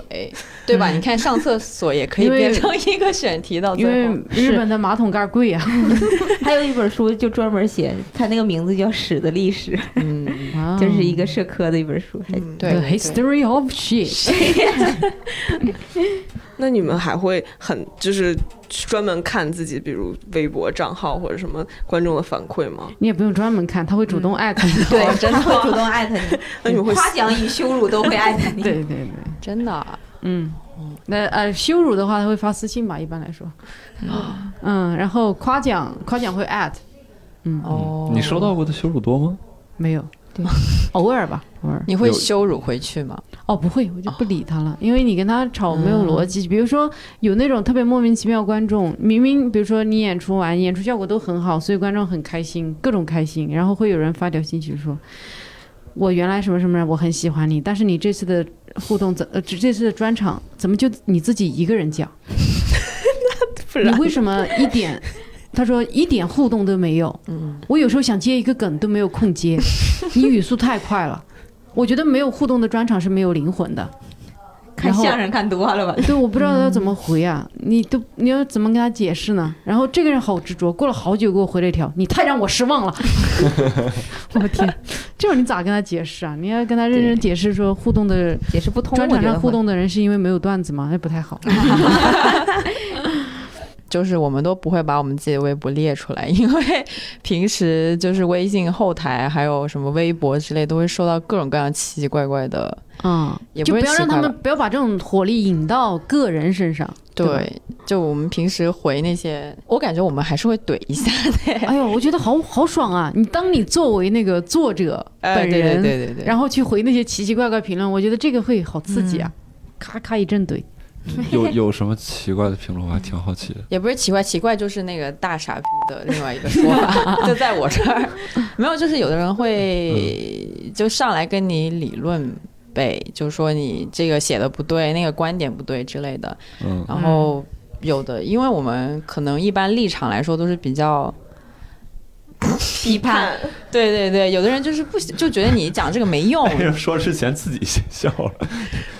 S3: 对吧？你看上厕所也可以
S5: 因为
S3: 变成一个选题 到
S5: 因
S3: 最
S5: 为
S3: 后。嗯
S5: 日本的马桶盖贵啊，
S4: 还有一本书就专门写，它那个名字叫《屎的历史》，
S3: 嗯，
S4: 就是一个社科的一本书。哎还
S3: 对
S5: The 啊 History of Shit，
S2: 那你们还会很就是专门看自己，比如微博账号或者什么观众的反馈吗？
S5: 你也不用专门看，他会主动艾特 你。
S4: 对，哎真的会主动艾特
S2: 那你们
S4: 你，
S2: 会
S4: 夸奖与羞辱都会艾特你。
S5: 对对对，
S3: 真的啊
S5: 嗯，那呃羞辱的话，他会发私信吧，一般来说。嗯，然后夸奖夸奖会 at，嗯
S3: 哦，
S6: 你收到过的羞辱多吗？
S5: 没有， 偶尔吧，偶尔。
S3: 你会
S6: 有
S3: 羞辱回去吗？
S5: 哦，不会，我就不理他了，因为你跟他吵没有逻
S2: 嗯
S5: 辑。比如说有那种特别莫名其妙观众，明明比如说你演出完，演出效果都很好，所以观众很开心，各种开心，然后会有人发条信息说。我原来什么什么人，我很喜欢你，但是你这次的互动怎呃，这这次的专场怎么就你自己一个 人讲？
S2: 不
S5: 你
S2: 然
S5: 为什么一点？他说一点互动都没有。
S4: 嗯
S5: 我有时候想接一个梗都没有空 接，你语速太快了。我觉得没有互动的专场是没有灵魂的。
S4: 看嗯
S5: 然后
S4: 相声看多了吧？
S5: 对，我不知道要怎么回啊，你都你要怎么跟他解释呢？然后这个人好执着，过了好久给我回了一条，你太让我 失望了。我天，这种你咋跟他解释啊？你要跟他认真解释说互动的
S4: 解释不通，
S5: 专
S4: 我
S5: 场
S4: 觉得
S5: 上
S4: 会嗯
S5: 互动的人是因为没有段子吗？那不太好。
S3: 就是我们都不会把我们自己的微博列出来， 因为平时就是微信后台还有什么微博之类，都会收到各种各样奇奇怪怪的。
S5: 嗯，
S3: 也
S5: 就
S3: 不是
S5: 不要
S3: 奇
S5: 让他
S3: 怪
S5: 们不要把这种火力引到个人身上。对吧
S3: 对，就我们平时回那些，我感觉我们还是会怼一下的。
S5: 哎呦，我觉得好好爽啊！你当你作为那个作者 本
S3: 对
S5: 人，
S3: 对对对对，
S5: 然后去回那些奇奇怪怪评论，我觉得这个会好刺激啊！
S3: 嗯
S5: 咔咔一阵怼，
S6: 有有什么奇怪的评论？我还挺好奇 的。
S3: 也不是奇怪，奇怪就是那个大傻逼的另外一个说法，就在我这儿，没有，就是有的人会就上来跟你理论呗，就说你这个写的不对，那个观点不对之类的。
S6: 嗯，
S3: 然后有的，因为我们可能一般立场来说都是比较，
S2: 批判，
S3: 对对对，有的人就是不喜就觉得你讲这个没用，
S6: 说之前自己先笑了。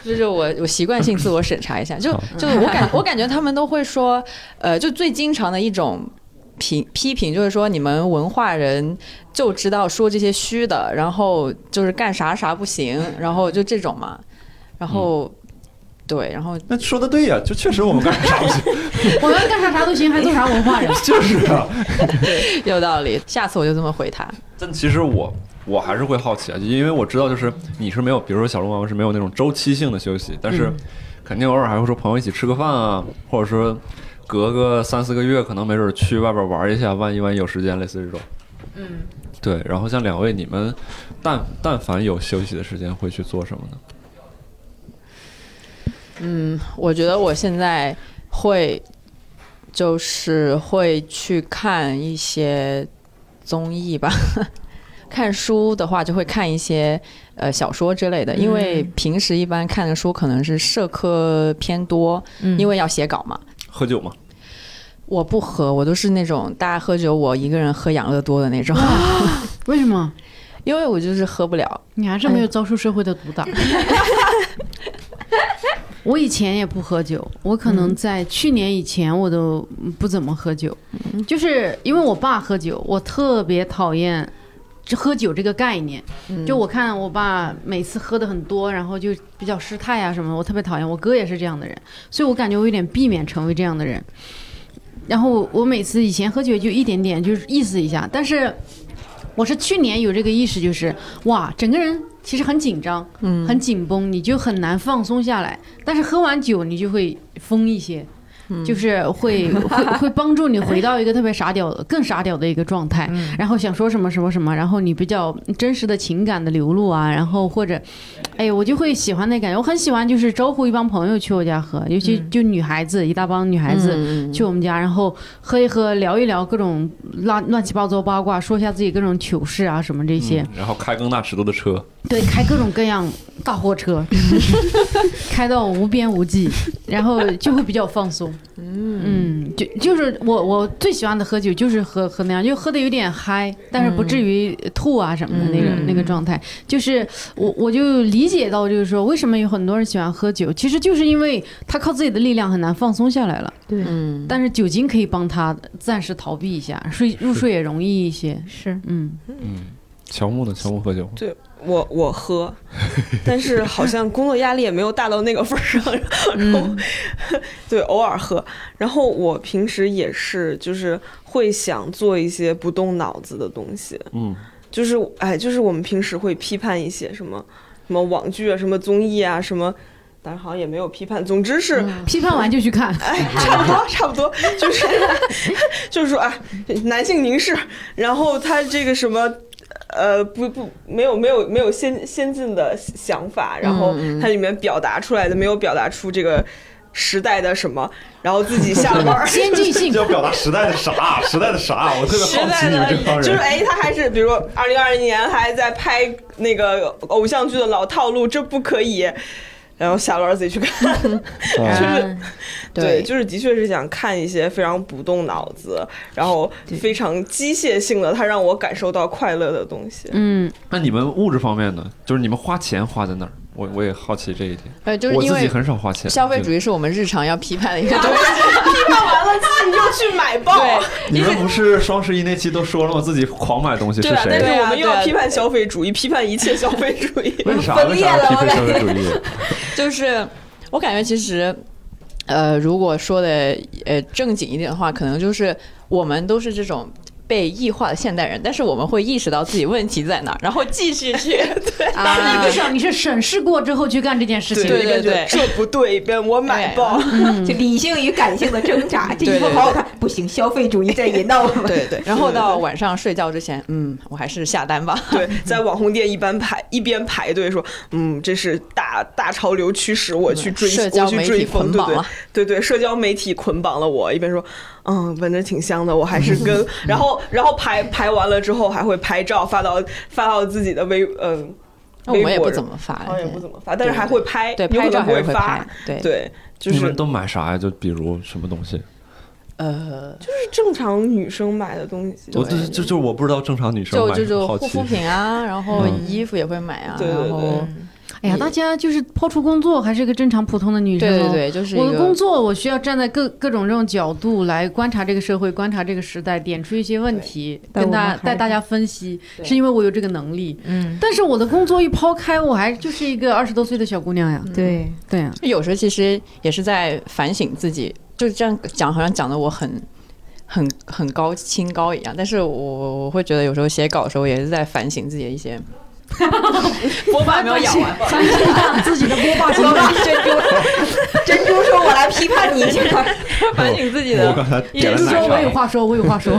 S3: 就是我我习惯性自我审查一下，就
S6: 好
S3: 就我感我感觉他们都会说，呃，就最经常的一种。评批评就是说，你们文化人就知道说这些虚的，然后就是干啥啥不行，然后就这种嘛，然后、对，然后
S6: 那说的对呀，就确实我们干啥不 行，
S5: 我们干啥啥都行，还做啥文化 人？
S6: 就是啊。
S3: 有道理，下次我就这么回他。
S6: 但其实我我还是会好奇啊，因为我知道就是你是没有，比如说小鹿妈妈是没有那种周期性的休息，但是肯定偶尔还会说朋友一起吃个饭啊，或者说隔个三四个月，可能没准去外边玩一下，万一万一有时间，类似这种。嗯，对。然后像两位，你们但但凡有休息的时间，会去做什么呢？
S3: 我觉得我现在会，就是会去看一些综艺吧。 看书的话，就会看一些呃小说之类的，因为平时一般看的书可能是社科偏多，因为要写稿嘛。
S6: 喝酒吗？
S3: 我不喝，我都是那种大家喝酒我一个人喝养乐多的那种，
S5: 为什么？
S3: 因为我就是喝不了。
S5: 你还是没有遭受社会的毒打。我以前也不喝酒，我可能在去年以前我都不怎么喝酒，就是因为我爸喝酒，我特别讨厌这喝酒这个概念。就我看我爸每次喝的很多，然后就比较失态啊什么的，我特别讨厌。我哥也是这样的人，所以我感觉我有点避免成为这样的人。然后我每次以前喝酒就一点点，就是意思一下，但是我是去年有这个意识，就是哇，整个人其实很紧张，嗯，很紧绷，你就很难放松下来。但是喝完酒，你就会疯一些，就是会会会帮助你回到一个特别傻屌、更傻屌的一个状态。然后想说什么什么什么，然后你比较真实的情感的流露啊，然后或者，哎呀，我就会喜欢那感觉。我很喜欢就是招呼一帮朋友去我家喝，尤其就女孩子，一大帮女孩
S3: 嗯
S5: 子。去我们家，然后喝一喝，聊一聊各种乱乱七八糟八卦，说一下自己各种糗事啊什么这些。
S6: 嗯然后开更大尺度的车，
S5: 对，开各种各样大货车， 开到无边无际，然后就会比较放松。嗯，就就是我我最喜欢的喝酒就是喝喝那样，就喝的有点嗨，但是不至于吐啊什么的那个、那个状态。就是我我就理解到，就是说为什么有很多人喜欢喝酒，其实就是因为他靠自己的力量很难放松下来了。
S4: 对
S5: 嗯。但是酒精可以帮他暂时逃避一下，睡入睡也容易一些。
S4: 是
S5: 嗯，
S6: 嗯，乔木呢？乔木喝酒吗？
S2: 对我我喝，但是好像工作压力也没有大到那个份儿上，然后、 对偶尔喝。然后我平时也是，就是会想做一些不动脑子的东西，
S6: 嗯，
S2: 就是哎，就是我们平时会批判一些什么什么网剧啊、什么综艺啊、什么，当然好像也没有批判，总之是。
S5: 批判完就去 看。
S2: 哎，差不多，差不多，就是 就是说啊，男性凝视，然后他这个什么。呃，不不，没有没有没有先先进的想法，然后它里面表达出来的没有表达出这个时代的什么，然后自己下班 儿
S5: 先进 性
S8: 要表达时代的啥？时代的啥？我特别
S2: 时
S8: 好奇
S2: 代
S8: 你们这帮人。
S2: 的，就是哎，他还是比如说二零二零年还在拍那个偶像剧的老套路，这不可以，然后下班儿自己去看，
S6: 嗯
S3: 嗯
S2: 就是对，就是的确是想看一些非常不动脑子，然后非常机械性的，它让我感受到快乐的东西。
S5: 嗯，
S6: 那你们物质方面呢？就是你们花钱花在哪儿？我我也好奇这一点，
S3: 呃，就是
S6: 我
S3: 因
S6: 自己
S3: 为
S6: 很少花钱。
S3: 消费主
S6: 义，
S3: 义是我们日常要批判的一个
S2: 然后
S3: 东西。
S2: 批判 完了，自己又去买爆，
S3: 对，
S6: 你
S3: 就是
S6: 们不是双十一那期都说了吗？自己狂买东西是
S2: 对吧？但
S6: 谁？
S2: 是我们又
S3: 对啊
S2: 要批判消费主义，批判一切消费主义。
S6: 为啥？
S3: 分
S6: 为
S3: 裂
S6: 啥
S3: 了
S6: 要批
S3: 我
S6: 评
S3: 感
S6: 消费主义？
S3: 就是我感觉其实，呃，如果说的呃正经一点的话，可能就是我们都是这种。被异化的现代人，但是我们会意识到自己问题在哪儿，然后继续 去对
S2: 啊
S5: 但是至少你是审视过之后去干这件事情。
S3: 对对
S2: 一边觉得这不对，一边我买爆，
S4: 就理性与感性的挣 扎，这衣服
S3: 对对
S4: 好好看，不行，消费主义在引导我 们。
S3: 对对，然后到晚上睡觉之前，嗯，我还是下单吧。
S2: 对，在网红店一般排一边排队说，嗯，这是大大潮流驱使我去追，
S3: 社交
S2: 我去
S3: 媒
S2: 追
S3: 体
S2: 风，
S3: 捆
S2: 对
S3: 绑
S2: 对
S3: 了，
S2: 对对，社交媒体捆绑了我，一边说，嗯，闻着挺香的，我还是 跟，然后然后排排完了之后还会拍照发到发到自己的微嗯、
S3: 那我们也不怎么发，
S2: 好像哦也不
S3: 对
S2: 怎么发，但是还会拍，
S3: 对，
S2: 有
S3: 拍
S2: 可
S3: 照
S2: 能
S3: 还是
S2: 会
S3: 会
S2: 发
S3: 拍，，对，
S2: 对，就
S6: 你们
S2: 是
S6: 都买啥呀？就比如什么东西？
S3: 呃，
S2: 正常女生买的东西，
S6: 我就是 就就我不知道正常女生
S3: 就
S6: 买
S3: 就
S6: 什么，
S3: 就
S6: 好
S3: 护
S6: 奇
S3: 肤。品啊，然后
S6: 嗯
S3: 衣服也会买啊，
S2: 对对
S3: 然后
S5: 哎呀，大家就是抛出工作，还是一个正常普通的女生、
S3: 对
S5: 哦。
S3: 对对，就是一
S5: 我的
S3: 个
S5: 工作，我需要站在各各种这种角度来观察这个社会，观察这个时代，点出一些问题，
S4: 但
S5: 跟
S4: 我们
S5: 大
S4: 还
S5: 带大家分析，是因为我有这个能力。
S4: 嗯，
S5: 但是我的工作一抛开，我还就是一个二十多岁的小姑娘呀。
S3: 嗯
S4: 对，
S5: 对呀、
S3: 有时候其实也是在反省自己，就这样讲，好像讲的我很。很很高清高一样，但是我我会觉得有时候写稿的时候也是在反省自己的一些，
S2: 我把没有咬完，
S5: 自己的播报
S4: 好吧，珍珠，珍珠说：“我来批判你一下。
S3: 反省自己
S6: 我
S3: 的
S6: 刚才点
S5: 珍
S6: 了
S5: 珠
S6: 奶
S5: 说：“我有
S6: 茶，
S5: 话说，我有话说。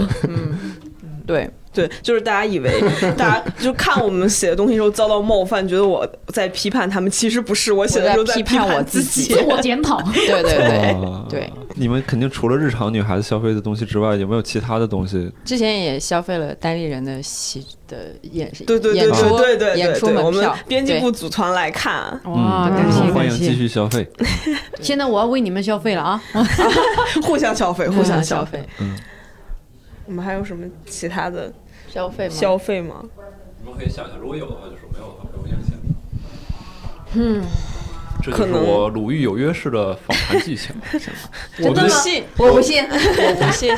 S3: 对，
S2: 对，就是大家以为 大家就看我们写的东西时候遭到冒犯，觉得我在批判他们，其实不是，我写的时候
S3: 我在
S2: 批
S3: 批判我
S2: 自
S3: 自
S2: 己
S3: 己
S7: 自。我检讨。
S3: 对对对
S6: 啊
S3: 对，
S6: 你们肯定除了日常女孩子消费的东西之外，有没有其他的东西？
S3: 之前也消费了单立人的喜的演
S2: 对对对
S3: 演
S2: 对
S3: 出
S2: 对对
S3: 演
S2: 对
S3: 出
S2: 对，我
S3: 门
S2: 们
S3: 票，
S2: 编辑
S3: 对
S2: 部组团来看，啊
S5: 哇，
S6: 嗯
S5: 哦感谢
S6: 欢
S5: 感
S6: 迎继
S5: 谢！
S6: 续消费。
S5: 现在我要为你们消费了啊！
S2: 互相消费，互
S3: 嗯互
S2: 相
S3: 相
S2: 消
S3: 消
S2: 费。
S3: 费
S2: 我们还有什么其他的
S3: 消费吗？
S2: 消费吗？
S6: 你们可以想想，如果有的话就说，没有的话不用影响。嗯，这
S2: 可
S6: 就是
S2: 能
S6: 我鲁豫有约式的访谈技巧。
S3: 我不信，
S4: 我 不信，
S3: 我不信。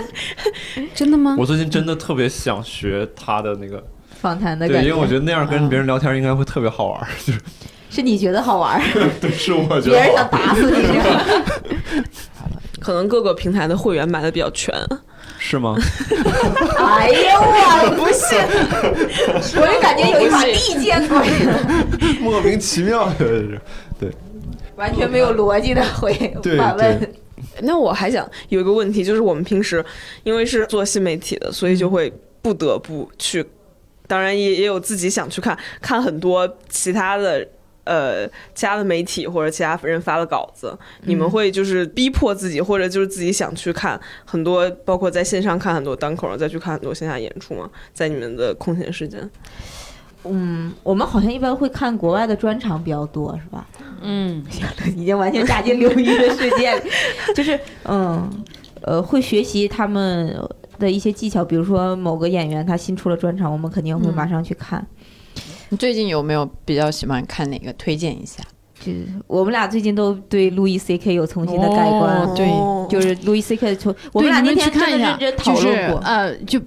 S5: 真的吗？
S6: 我最近真的特别想学他的那个，
S4: 访谈的
S6: 对，
S4: 感
S6: 因为我
S4: 觉
S6: 觉得那样跟别人聊天应该会特别好玩儿， 就是
S4: 是你觉得好玩儿，
S6: 对，是我觉
S4: 别人
S6: 得好
S4: 想
S6: 玩儿，
S4: 打死你。
S2: 可能各个平台的会员买的比较全，
S6: 是吗？
S4: 哎呀，我不信， 我就感觉有一把利剑过
S6: 莫名其妙的，就是
S4: 完全没有逻辑的回
S6: 对
S4: 反
S6: 对
S4: 问。
S2: 那我还想有一个问题，就是我们平时因为是做新媒体的，所以就会不得不去，当然也也有自己想去看看很多其他的呃其他的媒体或者其他人发的稿子，你们会就是逼迫自己，或者就是自己想去看很多，包括在线上看很多单口，再去看很多线下演出吗？在你们的空闲时间，
S4: 嗯，我们好像一般会看国外的专场比较多，是吧？
S5: 嗯，
S4: 已经完全嫁进刘瑜的世界里， 就是嗯呃，会学习他们的一些技巧，比如说某个演员他新出了专场，我们肯定会马上去看。
S3: 你最近有没有比较喜欢看哪个？推荐一下。
S4: 就是我们俩最近都对路易 C K 有重新的改观，
S3: 对
S4: 就是路易 C K 从我们
S5: 哦对
S4: 俩
S5: 你
S4: 那天
S5: 去看
S4: 真
S5: 一
S4: 的
S5: 下
S4: 认真讨
S5: 就是
S4: 论过。
S5: 呃，就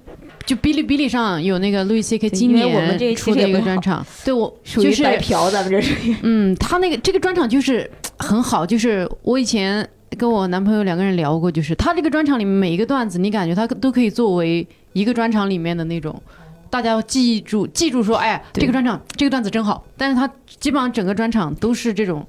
S5: 就哔哩哔哩上有那个路易 C K
S4: 对
S5: 今
S4: 因为我们这一
S5: 年
S4: 期
S5: 出的
S4: 也
S5: 一个
S4: 不
S5: 专
S4: 好
S5: 场，对我
S4: 属
S5: 就
S4: 于
S5: 是
S4: 白嫖，咱们这是。
S5: 嗯，他那个这个专场就是很好，就是我以前跟我男朋友两个人聊过，就是他这个专场里面每一个段子，你感觉他都可以作为一个专场里面的那种，大家记住记住说，哎，
S4: 对
S5: 这个专场这个段子真好，但是他基本上整个专场都是这种。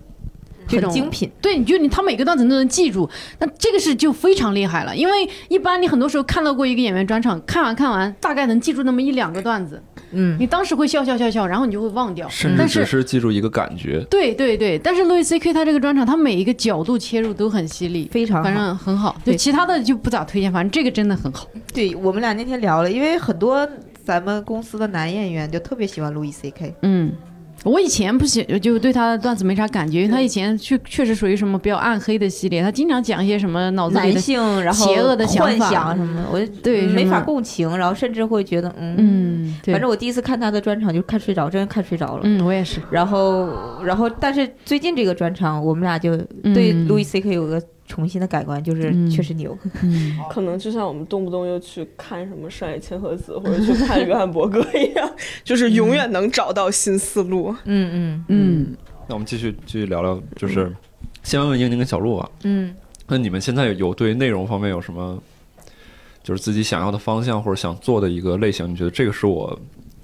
S5: 这
S4: 很
S5: 种
S4: 精品，
S5: 对，你就你他每个段子都能记住，那这个是就非常厉害了。因为一般你很多时候看到过一个演员专场，看完看完大概能记住那么一两个段子，
S4: 嗯，
S5: 你当时会笑笑笑笑，然后你就会忘掉。
S6: 甚至
S5: 但
S6: 只
S5: 是
S6: 是记住一个感觉。
S5: 对对对，但是 Louis C.K. 他这个专场，他每一个角度切入都很犀利，
S4: 非常好
S5: 反正很好。对
S4: 对
S5: 其他的就不咋推荐，反正这个真的很好。
S4: 对我们俩那天聊了，因为很多咱们公司的男演员就特别喜欢路易 C K，
S5: 嗯，我以前不喜，就对他的段子没啥感觉，因为他以前确确实属于什么比较暗黑的系列，他经常讲一些什么脑子里
S4: 男
S5: 的。
S4: 性然后
S5: 邪恶的想
S4: 幻
S5: 法
S4: 想什么的，我就嗯
S5: 对
S4: 没
S5: 什么
S4: 法共情，然后甚至会觉得嗯，
S5: 嗯，对，
S4: 反正我第一次看他的专场就看睡着，真看睡着了。
S5: 嗯，我也是。
S4: 然后，然后，但是最近这个专场，我们俩就对
S5: 嗯
S4: 路易 C K 有个重新的改观，就是
S5: 嗯
S4: 确实 牛。
S5: 嗯，
S2: 可能就像我们动不动又去看什么上野千鹤子或者去看约翰伯格一 样，就是永远能找到新思路。
S4: 嗯嗯
S5: 嗯，
S6: 那我们继续继续聊聊，就是先问问英宁跟小鹿啊，
S4: 嗯，
S6: 那你们现在有对内容方面有什么，就是自己想要的方向或者想做的一个类型？你觉得这个是我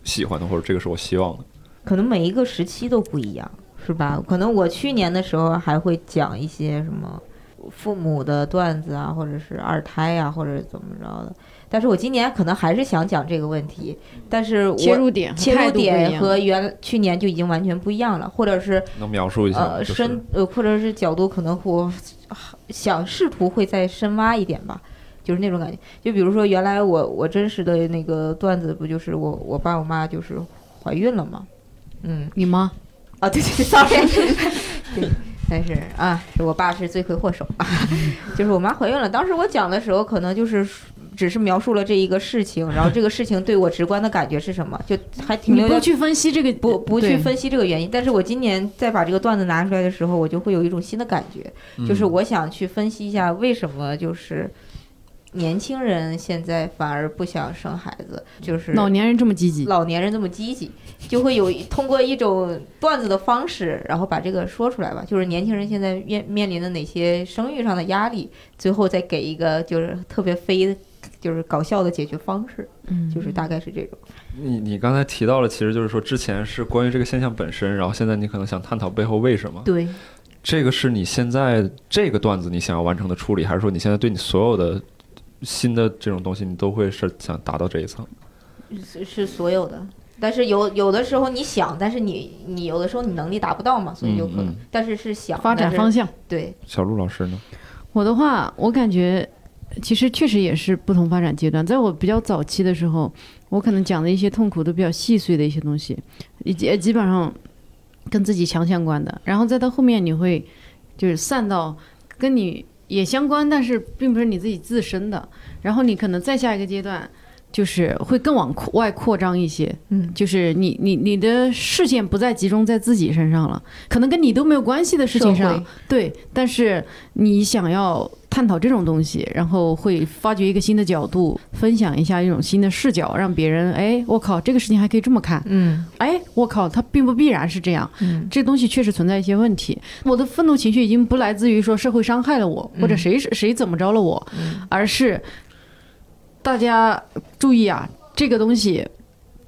S6: 喜欢的，或者这个是我希望的？
S4: 可能每一个时期都不一样，是吧？可能我去年的时候还会讲一些什么父母的段子啊，或者是二胎啊，或者怎么着的。但是我今年可能还是想讲这个问题，但是我
S5: 切入点、
S4: 切
S5: 态
S4: 入
S5: 度不一
S4: 点
S5: 样
S4: 和原去年就已经完全不一样了，或者是
S6: 能描述一下吗？
S4: 呃
S6: 就是
S4: 深呃或者是角度可能我啊想试图会再深挖一点吧，就是那种感觉。就比如说原来我我真实的那个段子不就是我我爸我妈就是怀孕了嘛，嗯
S5: 你吗？
S4: 啊对对对，sorry，对但是啊是我爸是罪魁祸首啊，
S5: 嗯
S4: 就是我妈怀孕了。当时我讲的时候可能就是。只是描述了这一个事情，然后这个事情对我直观的感觉是什么，就还停
S5: 你
S4: 留在
S5: 不去分析这个，
S4: 不不去
S5: 对
S4: 分析这个原因，但是我今年再把这个段子拿出来的时候，我就会有一种新的感觉，
S5: 嗯
S4: 就是我想去分析一下为什么就是年轻人现在反而不想生孩子，就是
S5: 老年人这么积极，
S4: 老年人这么积极，就会有一通过一种段子的方式，然后把这个说出来吧。就是年轻人现在面面临的哪些生育上的压力，最后再给一个就是特别飞，就是搞笑的解决方式，
S5: 嗯
S4: 就是大概是这种。
S6: 嗯你你刚才提到了，其实就是说之前是关于这个现象本身，然后现在你可能想探讨背后为什么。
S4: 对，
S6: 这个是你现在这个段子你想要完成的处理，还是说你现在对你所有的新的这种东西，你都会是想达到这一层？
S4: 是是所有的。但是有有的时候你想，但是你你有的时候你能力达不到嘛，所以有可能。
S6: 嗯嗯
S4: 但是是想
S5: 发展方
S4: 向
S5: 向。
S4: 对，
S6: 小鹿老师呢？
S5: 我的话，我感觉其实确实也是不同发展阶段。在我比较早期的时候，我可能讲的一些痛苦都比较细碎的一些东西，以及基本上跟自己强相关的。然后再到后面，你会就是散到跟你也相关，但是并不是你自己自身的。然后你可能再下一个阶段。就是会更往扩外扩张一些，
S4: 嗯
S5: 就是你你你的视线不再集中在自己身上了，可能跟你都没有关系的事情上
S4: 社会，
S5: 对，但是你想要探讨这种东西，然后会发掘一个新的角度，分享一下一种新的视角，让别人哎，我靠，这个事情还可以这么看，
S4: 嗯
S5: 哎，我靠，它并不必然是这样，
S4: 嗯
S5: 这东西确实存在一些问题。我的愤怒情绪已经不来自于说社会伤害了我，或者
S4: 嗯
S5: 谁谁怎么着了我，而是大家注意啊，这个东西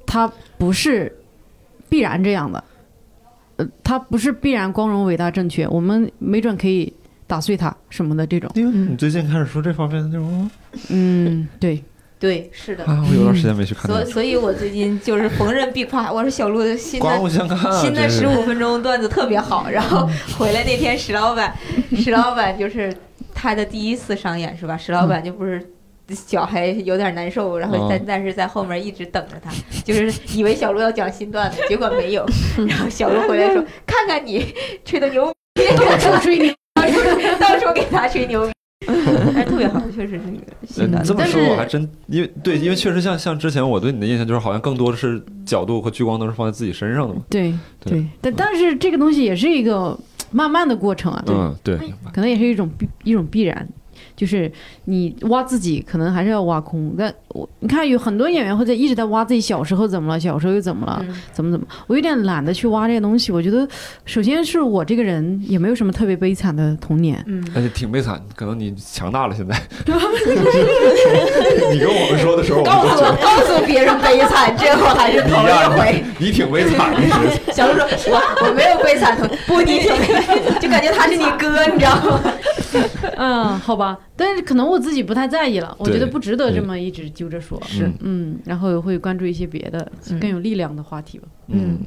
S5: 它不是必然这样的，呃，它不是必然光荣、伟大、正确，我们没准可以打碎它什么的这种。
S6: 因为
S4: 嗯
S6: 你最近开始说这方面的内容了
S5: 嗯，对，
S4: 对，是的。
S5: 嗯
S6: 啊，我有段时间没去看
S4: 所
S6: 电
S4: 以
S6: 视，
S4: 所以，我最近就是逢人必夸，我说小鹿的新
S6: 刮
S4: 的
S6: 目相看啊。
S4: 新的
S6: 真是
S4: 十五分钟段子特别好，然
S6: 嗯
S4: 后 回来那天石老 板，石老板就是他的第一次上演是吧？石老板就不是。脚还有点难受，然后但、
S6: 嗯哦
S4: 但是在后面一直等着他，就是以为小鹿要讲新段子，结果 没有。
S6: 嗯
S4: 然后小鹿回来说：“看看你吹的牛逼，到处吹牛，到处给他吹 牛逼，但是特别好，确实是一个新
S6: 嗯
S4: 段
S6: 这
S4: 子。
S6: 么
S5: 但
S6: 说
S5: 是
S6: 我还真因为对，因为确实像像之前我对你的印象就是好像更多的是角度和聚光灯是放在自己身上的嘛。
S5: 对，
S6: 对
S5: 对，但但是这个东西也是一个慢慢的过程啊，
S6: 嗯，对，
S5: 可能也是一种必一种必然，就是你挖自己，可能还是要挖空。但我你看，有很多演员会在一直在挖自己小时候怎么了，小时候又怎么了，
S4: 嗯
S5: 怎么怎么。我有点懒得去挖这些东西。我觉得，首先是我这个人也没有什么特别悲惨的童年，
S6: 而且挺悲惨，可能你强大了现在。你跟我们说的时候，我们
S4: 告
S6: 都
S4: 诉
S6: 觉
S4: 我，告诉别人悲惨，这我还是头
S6: 你呀
S4: 一回。
S6: 你挺悲惨 的。
S4: 小鹿说：“我我没有悲惨的，不，你挺就感觉他是你哥，你知道吗？
S5: 嗯，好吧。但是可能我自己不太在意了，我觉得
S6: 对
S5: 不值得这
S6: 嗯
S5: 么一直揪着说。
S6: 是
S5: 嗯，然后会关注一些别的更有力量的话题吧。
S6: 嗯，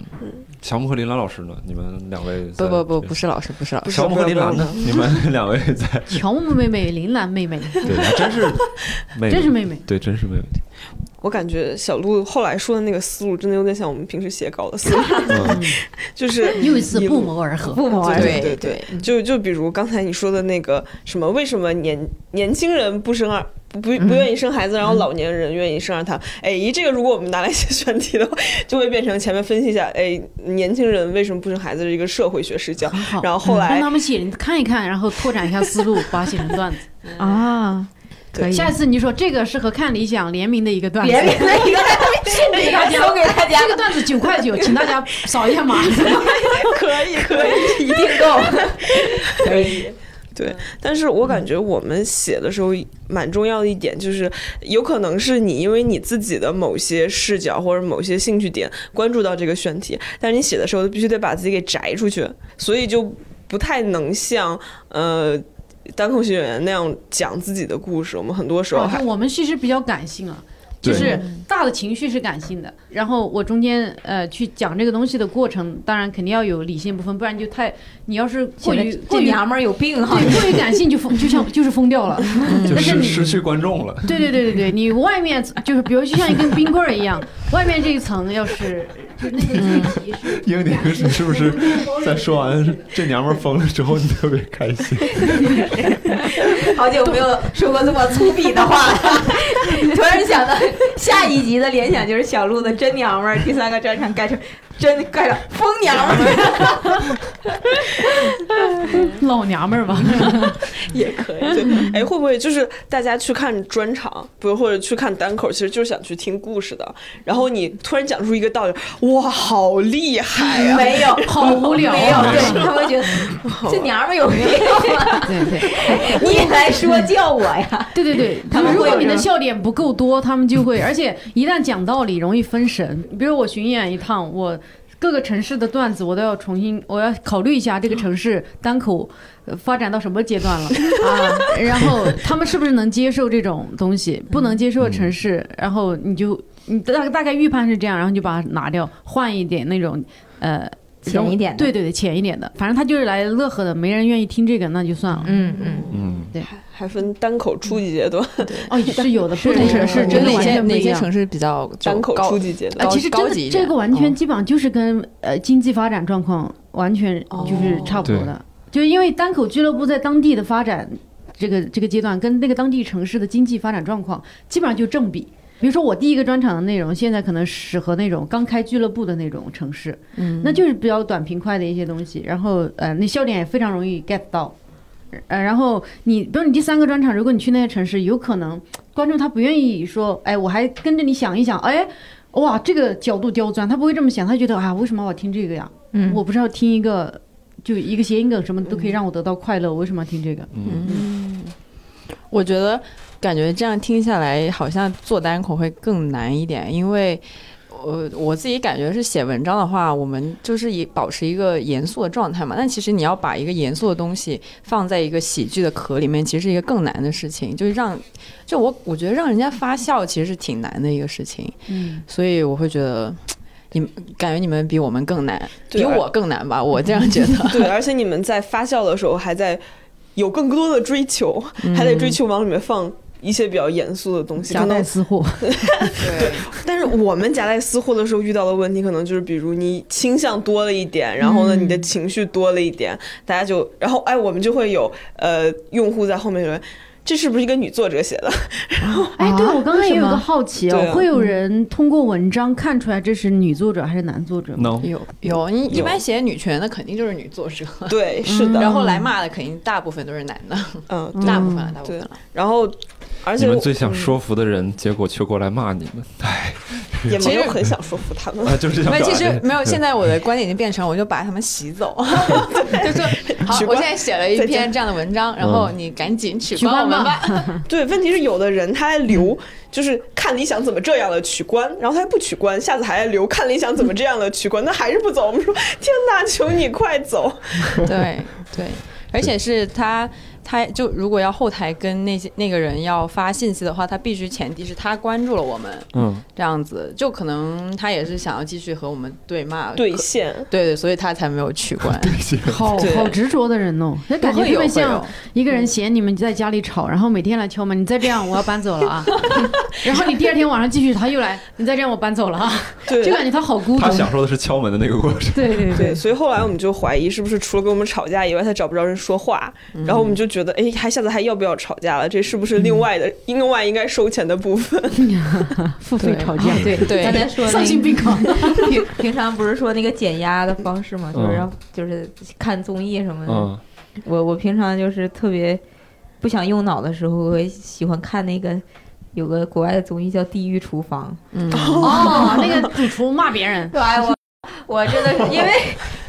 S6: 乔木和林兰老师呢？你们两位
S3: 不
S6: 在
S3: 不不，不是老师，不是老师，
S6: 乔木和林兰呢？你们两位 在
S5: 乔木妹妹、林兰妹妹，
S6: 对，还真是没
S5: 真是妹妹。
S6: 对，真是没问题。
S2: 我感觉小鹿后来说的那个思路，真的有点像我们平时写稿的 思路，
S6: 嗯
S2: 就是
S5: 又一次
S2: 一
S5: 不
S2: 路
S5: 谋而合。
S4: 不谋
S2: 对
S3: 对
S2: 对就就比如刚才你说的那个什么，为什么年年轻人不生二不不不愿意生孩子，然后老年人愿意生二胎？哎，咦这个如果我们拿来写选题的话， 就会变成前面分析一下，哎，年轻人为什么不生孩子的一个社会学视角，
S5: 很好嗯
S2: 然后后
S5: 让
S2: 来
S5: 他们写，你看一看，然后拓展一下思路，把它写成 段子。
S7: 啊，
S2: 可
S5: 下一次你说这个是和看理想联名的一个段子，
S4: 别别那个， 给大家送给大家
S5: 这，个段子九块九，请大家扫一下码。
S2: 可以可以。
S4: 一定够，可以。
S2: 对，但是我感觉我们写的时候蛮重要的一点就是，有可能是你因为你自己的某些视角或者某些兴趣点关注到这个选题，但是你写的时候必须得把自己给摘出去，所以就不太能像呃单口喜剧演员那样讲自己的故事。我们很多时候
S5: 啊
S2: 还、
S5: 我们其实比较感性啊，
S6: 嗯对
S5: 就是大的情绪是感性的，然后我中间呃去讲这个东西的过程，当然肯定要有理性部分，不然就太你要是过于过
S4: 这
S5: 于
S4: 娘们儿有病哈！
S5: 对过于感性就疯，就像就是疯掉了。
S6: 就
S5: 嗯但是
S6: 失
S5: 你
S6: 失去观众了。
S5: 对对对对对，你外面就是比如就像一根冰棍儿一样，外面这一层要是就那个气是。
S6: 英宁，你是不是在说完这娘们儿疯了之后，你特别开心？
S4: 好久没有说过这么粗鄙的话了。 突然想到下一集的联想就是小鹿的“真娘们儿”，第三个专场改成“真”，改成“疯娘们儿
S5: 老娘们儿吧，
S2: 也可以。对，哎，会不会就是大家去看专场，不或者去看单口，其实就是想去听故事的。然后你突然讲出一个道理，哇，好厉害啊呀、”，
S4: 没有，
S5: 好无聊
S4: 没有，
S5: 啊
S4: 对他们觉得这娘们儿有病吗？
S5: 对对
S4: 你也来说教我呀？
S5: 对对对，
S4: 他们会
S5: 如果
S4: 有
S5: 你
S4: 这
S5: 的
S4: 种
S5: 笑点不够多，他们就会，而且一旦讲道理容易分神。比如我巡演一趟，我各个城市的段子我都要重新，我要考虑一下这个城市单口呃发展到什么阶 段了啊，然后他们是不是能接受这种东西，不能接受的城市，然后你就。你大大概预判是这样，然后你就把它拿掉，换一点那种呃
S4: 浅一点的
S5: 对对对，浅一点的，反正他就是来乐呵的，没人愿意听这个，那就算了。
S4: 嗯嗯，
S6: 嗯，
S2: 还分单口初级阶段、
S5: 哦，是有的，不同
S3: 哪
S5: 城市
S3: 觉
S5: 真的
S3: 得哪
S5: 完
S3: 些
S5: 全不
S3: 哪
S5: 一
S3: 些
S5: 样。
S3: 城市比较就
S2: 单口
S3: 高
S2: 初级阶
S5: 啊，
S2: 段。
S3: 高
S5: 其实真
S3: 高
S5: 的
S3: 级一点嗯
S5: 这个完全基本上就是跟呃经济发展状况完全
S3: 哦
S5: 就是差不多的，就因为单口俱乐部在当地的发展这个这个阶段，跟那个当地城市的经济发展状况基本上就正比。比如说我第一个专场的内容，现在可能适合那种刚开俱乐部的那种城市，
S3: 嗯
S5: 那就是比较短平快的一些东西，然后呃，那笑点也非常容易 get 到。呃，然后你，比如你第三个专场，如果你去那些城市，有可能观众他不愿意说，哎，我还跟着你想一想，哎，哇，这个角度刁钻，他不会这么想，他觉得啊，为什么我要听这个呀？
S4: 嗯
S5: 我不是要听一个，就一个谐音梗什么都可以让我得到快乐，我为什么要听这个？
S3: 嗯，我觉得感觉这样听下来，好像做单口会更难一点，因为我我自己感觉是写文章的话，我们就是以保持一个严肃的状态嘛。但其实你要把一个严肃的东西放在一个喜剧的壳里面，其实是一个更难的事情，就是让就我我觉得让人家发笑其实是挺难的一个事情，
S5: 嗯，
S3: 所以我会觉得。你们感觉你们比我们更难，
S2: 对
S3: 比
S2: 而
S3: 我更难吧？我这样觉得。
S2: 对，而且你们在发酵的时候还在有更多的追求，还在追求往里面放一些比较严肃的东西。可
S5: 夹带
S2: 能，
S5: 私货，
S2: 但是我们夹带私货的时候遇到的问题，可能就是比如你倾向多了一点，然后呢，你的情绪多了一点，大家就，然后哎，我们就会有呃用户在后面说。这是不是一个女作者写的？
S5: 哎，对我刚才也有
S7: 为什
S5: 个
S7: 么
S5: 好奇哦
S2: 对，啊
S5: 会有人通过文章看出来这是女作者还是男作者吗？
S6: no，
S3: 有有，你一
S2: 有
S3: 般写女权的肯定就是女作者，
S2: 对，是的，
S3: 嗯然后来骂的肯定大部分都是男的，
S2: 嗯，
S5: 嗯
S2: 对
S3: 大部分了，大部 分了。
S2: 然后，而
S6: 你
S2: 且
S6: 们
S2: 我
S6: 最想说服的人，结果却过来骂你们，哎，
S2: 也没
S3: 其
S2: 有
S3: 实
S2: 很想说服他们。
S6: 啊，就是想
S3: 没有，
S6: 表
S3: 其
S6: 达
S3: 实
S6: 这
S3: 没有。现
S6: 对
S3: 在我的观点已经变成，我就把他们洗走， 就说好
S2: 取，关
S3: 我现在写了一
S2: 再见
S3: 篇这样的文章，然后你赶紧取关我们吧。
S2: 对，问题是有的人他还留，就是看理想怎么这样了取关，然后他还不取关，下次还留看理想怎么这样了取关，那还是不走。我们说天哪，求你快走！
S3: 对对，而且是他，他就如果要后台跟那些那个人要发信息的话，他必须前提是他关注了我们，
S6: 嗯，
S3: 这样子就可能他也是想要继续和我们对骂
S2: 对
S3: 可
S2: 线，
S3: 对对，所以他才没有取 关。
S5: 好
S2: 对
S5: 好执着的人哦，那感觉
S3: 会
S5: 特
S3: 有
S5: 别
S3: 会
S5: 像
S3: 有，
S5: 一个人嫌你们在家里吵，然后每天来敲门，你再这样我要搬走了 啊。然后你第二天晚上继续，他又来，你再这样我搬走了啊，
S2: 对
S5: 就感觉他好孤独
S6: 他。享受的是敲门的那个过程，
S5: 对对
S2: 对，
S5: 对，
S2: 所以后来我们就怀疑是不是除了跟我们吵架以外，他找不着人说话，然后我们就觉得，哎，还下次还要不要吵架了？这是不是另外的、另外应该收钱的部分？
S5: 付费
S3: 对
S5: 吵架，
S4: 对
S3: 对
S4: 刚才说那
S5: 丧心病狂。
S4: 个 平平常不是说那个减压的方式嘛，就是
S6: 嗯
S4: 让就是看综艺什么的，
S6: 嗯，
S4: 我我平常就是特别不想用脑的时候，我会喜欢看那个有个国外的综艺叫《地狱厨房
S3: 嗯，
S5: 哦，那个主厨骂别人》。，
S4: 对，哎我我真的是因为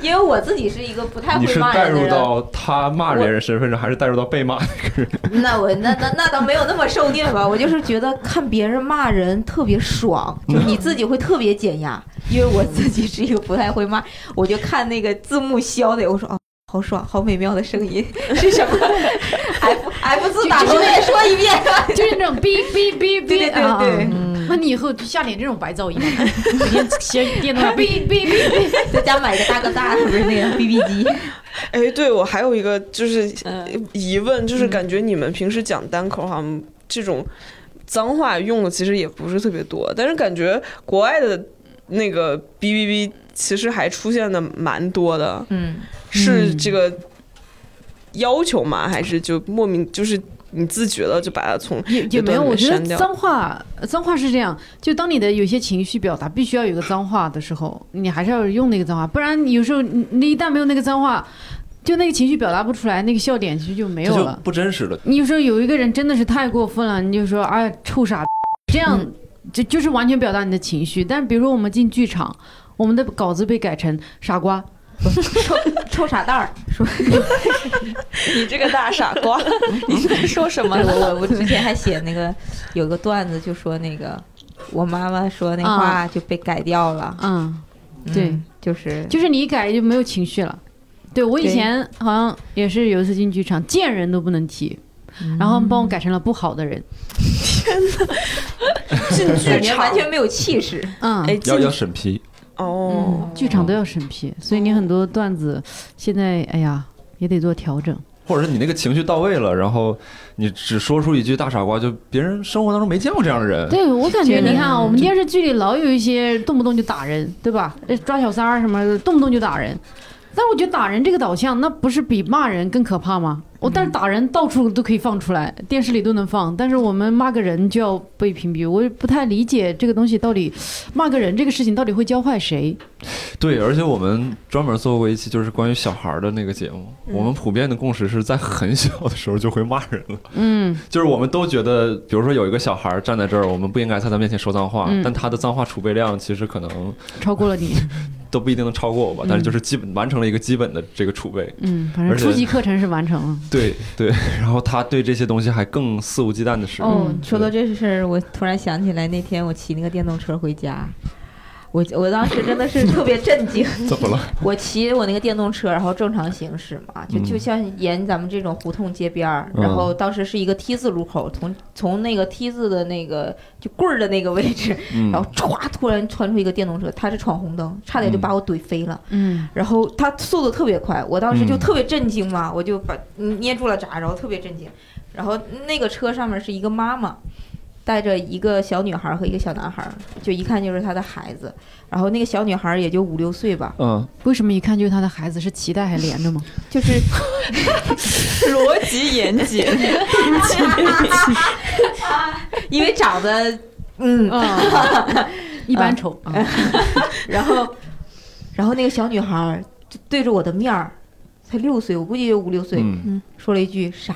S4: 因为我自己是一个不太
S6: 你
S4: 会
S6: 是
S4: 骂
S6: 带
S4: 人的
S6: 入
S4: 人，
S6: 到他骂别人身份上，还是带入到被骂那个 人？
S4: 那我那那那倒没有那么受虐吧，我就是觉得看别人骂人特别爽，就是你自己会特别减压，因为我自己是一个不太会骂，我就看那个字幕消的，我说哦。好爽，好美妙的声音是什么？F F 字打出来说一遍，
S5: 就是那种哔哔哔
S4: 对
S5: 哔，
S4: 对对
S5: 啊
S4: 对
S5: 嗯那你以后就下点这种白噪音， 每天写电 脑哔哔哔哔。
S4: 在家买个大哥大，不是那个 BB 机？
S2: 哎，对我还有一个就是
S3: 嗯
S2: 疑问，就是感觉你们平时讲单口好像这种脏话用的其实也不是特别多，但是感觉国外的那个哔哔哔其实还出现的蛮多的，
S4: 嗯，
S2: 是这个要求吗？还是就莫名就是你自觉的就把它从
S5: 也也没有，
S2: 段
S5: 我
S2: 给
S5: 觉
S2: 删
S5: 得
S2: 掉
S5: 脏话，脏话是这样，就当你的有些情绪表达必须要有个脏话的时候，你还是要用那个脏话，不然有时候你你一旦没有那个脏话，就那个情绪表达不出来，那个笑点其实就没
S6: 这
S5: 有
S6: 就
S5: 了。
S6: 不真实了。
S5: 你有时候有一个人真的是太过分了，你就说哎臭傻逼，这样就就是完全表达你的情绪。但比如说我们进剧场，我们的稿子被改成傻瓜，
S4: 臭臭傻蛋儿，说
S3: 你这个大傻 瓜，你在说什么
S4: 我我我之前还写那个有个段子，就说那个我妈妈说那话就被改掉了，
S5: 嗯。
S4: 嗯
S5: 对，
S4: 就是
S5: 就是你一改就没有情绪了。对我以
S4: 对
S5: 前好像也是有一次进剧场，见人都不能提，然后帮我改成了不好的人。
S2: 进 剧
S4: 感觉
S2: 场
S4: 完全没有气势。
S5: 嗯，
S2: 哎
S6: 要
S2: 进
S6: 要审批，
S2: 哦，
S5: 剧场都要审批，所以你很多段子现在哎呀也得做调整。
S6: 或者是你那个情绪到位了，然后你只说出一句“大傻瓜”，就别人生活当中没见过这样的人。
S5: 对我感觉，
S7: 这个
S5: 你看啊，我们电视剧里老有一些动不动就打人，对吧？呃抓小三儿什么的，动不动就打人。但我觉得打人这个导向，那不是比骂人更可怕吗？我但是打人到处都可以放出来，电视里都能放，但是我们骂个人就要被屏蔽，我也不太理解这个东西到底，骂个人这个事情到底会教坏谁？
S6: 对，而且我们专门做过一期就是关于小孩儿的那个节目，
S5: 嗯
S6: 我们普遍的共识是在很小的时候就会骂人了。
S5: 嗯，
S6: 就是我们都觉得，比如说有一个小孩儿站在这儿，我们不应该在他面前说脏话，
S5: 嗯
S6: 但他的脏话储备量其实可能
S5: 超过了 你，
S6: 都不一定能超过我吧，但是就是基本完成了一个基本的这个储备。
S5: 嗯，反正
S6: 而且
S5: 初级课程是完成了。
S6: 对 对，然后他对这些东西还更肆无忌惮的使用。
S4: 哦，说到这事儿，我突然想起来，那天我骑那个电动车回家，我我当时真的是特别震惊。
S6: 怎么了？
S4: 我骑我那个电动车，然后正常行驶嘛，就
S6: 嗯
S4: 就像沿咱们这种胡同街边儿，
S6: 嗯
S4: 然后当时是一个 T 字路口，从从那个 T 字的那个就棍儿的那个位置，
S6: 嗯
S4: 然后歘突然窜出一个电动车，他是闯红灯，差点就把我怼飞了。
S5: 嗯，
S4: 然后他速度特别快，我当时就
S6: 嗯
S4: 特别震惊嘛，我就把嗯捏住了闸，然后特别震惊。然后那个车上面是一个妈妈，带着一个小女孩和一个小男孩，就一看就是她的孩子。然后那个小女孩也就五六岁吧，
S6: 嗯，
S5: 为什么一看就是他的孩子是脐带还连着吗？
S4: 就是
S3: 逻辑严谨，
S4: 因为长得嗯，
S5: 一般丑啊，
S4: 然后然后那个小女孩就对着我的面儿，才六岁，我估计也五六岁，
S6: 嗯
S4: 说了一句傻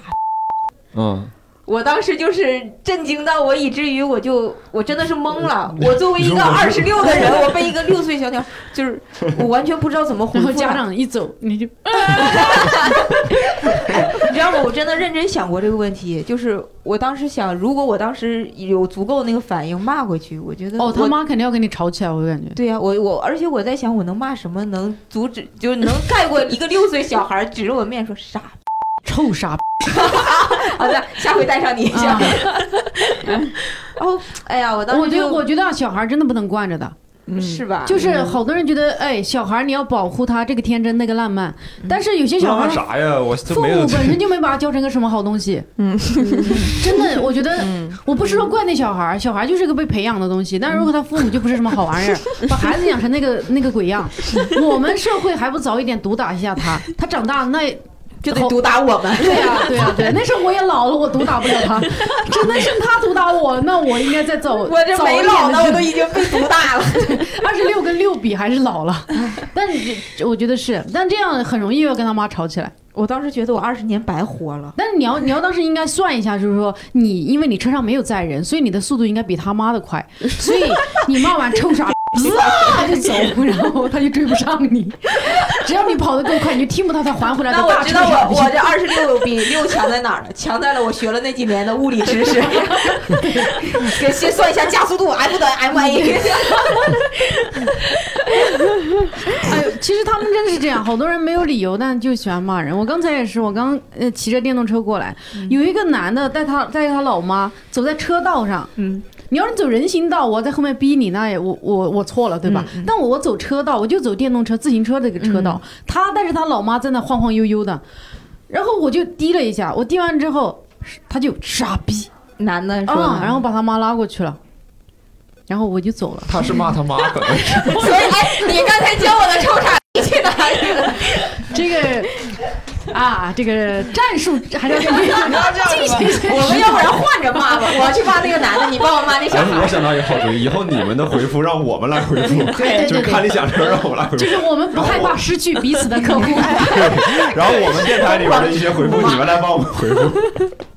S6: 嗯，
S4: 我当时就是震惊到我，以至于我就我真的是懵 了。我作为一
S8: 你
S4: 个
S8: 说我
S4: 二
S8: 是
S4: 十六的人，我被一个六岁小鸟，就是我完全不知道怎么回
S5: 然
S4: 复
S5: 后
S4: 了。
S5: 家长一走你就
S4: 你知道吗？我真的认真想过这个问题，就是我当时想，如果我当时有足够那个反应骂回去，我觉得
S5: 哦，他
S4: 我
S5: 妈肯定要跟你吵起来，我感觉。
S4: 对呀、我我而且我在想，我能骂什么能阻止，就是能盖过一个六岁小孩指着我面说傻。
S5: 臭傻逼，
S4: 好的，下回带上你一下。
S5: 啊
S4: 哦，哎呀，我当
S5: 我
S4: 时
S5: 觉得
S4: 就啊嗯
S5: 我觉得啊小孩真的不能惯着的，
S4: 是吧，
S5: 就是好多人觉得，哎，小孩你要保护他这个天真那个烂漫，
S4: 嗯
S5: 但是有些小
S8: 浪
S5: 孩
S8: 漫啥呀？我
S5: 父
S8: 这没有
S5: 母本身就没把他教成个什么好东西。嗯，真的，我觉得
S4: 嗯
S5: 我不是说怪那小孩，小孩就是个被培养的东西，但是如果他父母就不是什么好玩意儿，
S4: 嗯
S5: 把孩子养成那个那个 鬼样，我们社会还不早一点毒打一下他，他长大那
S4: 就得毒打我们。
S5: 对呀、对呀、啊对、那时候我也老了，我毒打不了 他，真的是他毒打我，那我应该再走，
S4: 我这
S5: 早一
S4: 没
S5: 点
S4: 老
S5: 地
S4: 呢，我
S5: 去
S4: 都已经被毒打 了。
S5: 二十六跟六比还是老 了，但是这我觉得是，但这样很容易又跟他妈吵起来。
S4: 我当时觉得我二十年白活了。
S5: 但是你要你要当时应该算一下，就是说你因为你车上没有载人，所以你的速度应该比他妈的快，所以你骂完臭 傻。啊！就走，然后他就追不上你。只要你跑得够快，你就听不到他还回来的
S4: 那我
S5: 大
S4: 知
S5: 臭
S4: 道
S5: 傻
S4: 我
S5: 逼。
S4: 我这二十六比六强在哪儿了？强在了我学了那几年的物理知 识。给先算一下加速度 F 等于 ma。
S5: 哎呦，其实他们真的是这样，好多人没有理由，但就喜欢骂人。我刚才也是，我刚呃骑着电动车过来，
S4: 嗯
S5: 有一个男的带他带他老妈走在车道上，
S4: 嗯，
S5: 你要是走人行道，我在后面逼你，那也我我我错了，对吧？
S4: 嗯
S5: 但我我走车道，我就走电动车、自行车这个车道，他带着他老妈在那晃晃悠悠的，然后我就滴了一下，我滴完之后，他就傻逼
S4: 男的说
S5: 啊
S4: 的，，
S5: 然后把他妈拉过去了，然后我就走了。
S6: 他是骂他妈，可能是
S4: 所以哎，你刚才教我的臭傻逼去哪里了？
S5: 这个啊，这个战术还是要 根据进行一些
S4: 我们要不然换着骂吧，我去骂那个男的，你帮我骂那小
S6: 哎，我
S4: 孩。
S6: 想到一个好主意，以后你们的回复让我们来回复，
S5: 对对
S6: 就是
S5: 对
S6: 看理想车让我们来回
S5: 就
S6: 复，
S5: 是我们不害怕失去彼此的客户。
S6: 然后我们电台里边的一些回复，你们来帮我们回 复。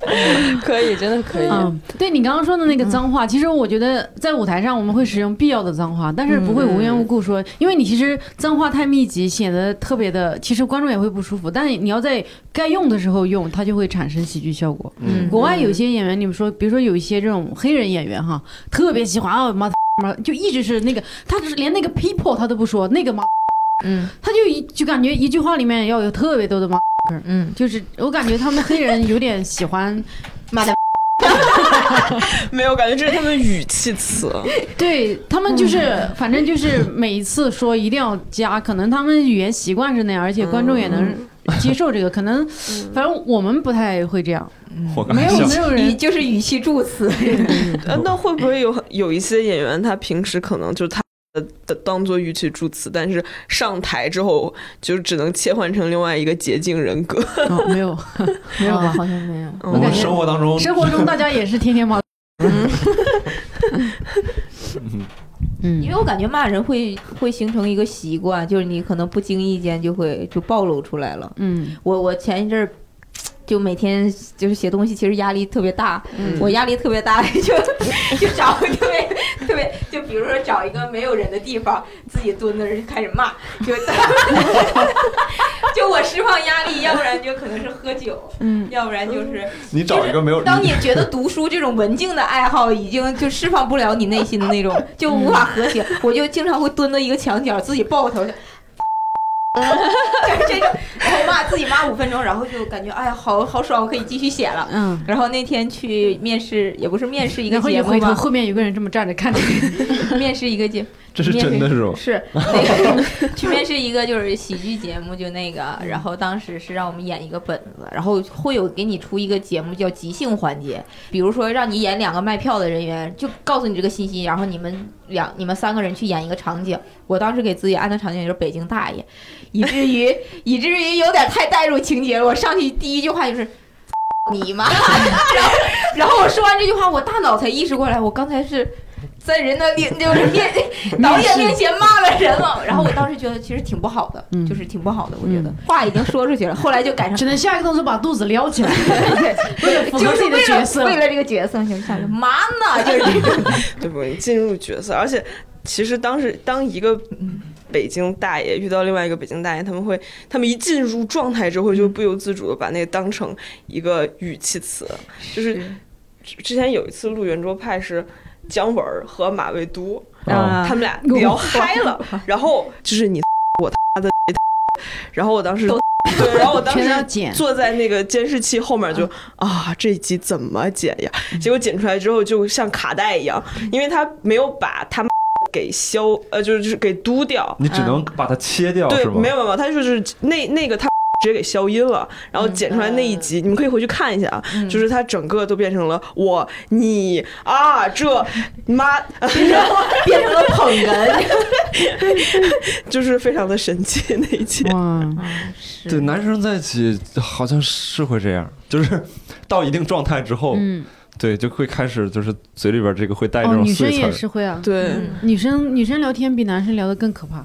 S3: 可以，真的可以。
S5: 嗯，对你刚刚说的那个脏话，其实我觉得在舞台上我们会使用必要的脏话，但是不会无缘无故说，因为你其实脏话太密集，显得特别的，其实观众也会不舒服。但你要在该用的时候用，它就会产生喜剧效果。
S6: 嗯
S5: 国外有些演员，你们说，比如说有一些这种黑人演员哈，特别喜欢啊妈妈，就一直是那个，他就是连那个 people 他都不说，那个妈，
S4: 嗯，
S5: 他就一就感觉一句话里面要有特别多的妈，
S4: 嗯，
S5: 就是 我感觉他们黑人有点喜欢，
S4: 妈的，
S2: 没有感觉，这是他们语气词。
S5: 对他们就是，反正就是每一次说一定要加，可能他们语言习惯是那样，而且观众也
S2: 嗯
S5: 能 接受这个。可能反正我们不太会这样，
S6: 嗯我刚
S5: 没
S6: 才
S5: 有
S6: 想
S5: 没有
S4: 语
S5: 人
S4: 就是语气助词，
S2: 呃，那会不会有很有一些演员，他平时可能就他的当做语气助词，但是上台之后就只能切换成另外一个捷径人格。
S5: 哦没有没有吧？
S7: 好像没有。
S2: 嗯
S8: 我
S5: 感
S8: 们
S5: 觉
S8: 生活当中，
S5: 生 活中大家也是天天骂，嗯
S4: 因为我感觉骂人会会形成一个习惯，就是你可能不经意间就会就暴露出来了。
S5: 嗯
S4: 我我前一阵儿就每天就是写东西，其实压力特别大，
S5: 嗯
S4: 我压力特别大， 就就找个特别特别，就比如说找一个没有人的地方，自己蹲那儿开始骂， 就 就我释放压力，要不然就可能是喝酒，
S5: 嗯，
S4: 要不然就是
S8: 你找一个没有，
S4: 当你觉得读书这种文静的爱好已经就释放不了你内心的那种， 就无法和谐，
S5: 嗯
S4: 我就经常会蹲到一个墙角，自己抱个头。 就是这种，然后骂自己骂五分钟，然后就感觉哎呀，好好爽，我可以继续写了。
S5: 嗯，
S4: 然后那天去面试，也不是面试一个
S5: 然后一
S4: 节目
S5: 回头，
S4: 吗？
S5: 后面有个人这么站着看着你，
S4: 面试一个节
S6: 这是真的是吗？
S4: 是 那个去面试一个就是喜剧节目，就那个，
S6: 嗯
S4: 然后当时是让我们演一个本子，然后会有给你出一个节目叫即兴环节，比如说让你演两个卖票的人员，就告诉你这个信息，然后你们两你们三个人去演一个场景。我当时给自己安的场景就是北京大爷，以至于以至于有点太带入情节了，我上去第一句话就是。你妈！然后，然后我说完这句话，我大脑才意识过来，我刚才是在人的面，就是面导演面前骂了人了。然后我当时觉得其实挺不好的，
S5: 嗯
S4: 就是挺不好的。我觉得
S5: 嗯
S4: 话已经说出去了，后来就改 成
S5: 只能下一个动作把肚子撩起来，为了符
S4: 就
S5: 合
S4: 是
S5: 自己的
S4: 为
S5: 角
S4: 了
S5: 色。
S4: 为了这个角色，就下去嘛呢？就是这种
S2: 对不？你进入角色，而且其实当时当一个北京大爷遇到另外一个北京大爷，他们会，他们一进入状态之后，就不由自主的把那个当成一个语气词。就是之之前有一次录圆桌派是姜文儿和马未都，
S6: 啊，
S2: 他们俩聊嗨 了，然后就是你 我他的，然后我当时
S4: 都
S2: 对，然后我当
S5: 全都要
S2: 时
S5: 剪，
S2: 坐在那个监视器后面就啊，这一集怎么剪呀？结果剪出来之后就像卡带一样，因为他没有把他们给消呃，就是就是给嘟掉，
S6: 你只能把它切掉
S2: 对，
S6: 是吗
S2: 没？有办法，他就是那那个他直接给消音了，然后剪出来那一
S6: 嗯
S2: 集，你们可以回去看一下啊，就是他整个都变成了我你啊这妈，然后
S4: 变成了捧哏。
S2: 就是非常的神奇那一集。
S5: 哇，
S6: 对，男生在一起好像是会这样，就是 到一定状态之后，
S5: 嗯，
S6: 对，就会开始就是嘴里边这个会带这
S5: 哦，
S6: 种
S5: 女生
S6: 碎
S5: 也
S6: 词
S5: 是会啊，
S2: 对，
S5: 女生女生聊天比男生聊的更可怕。
S6: 儿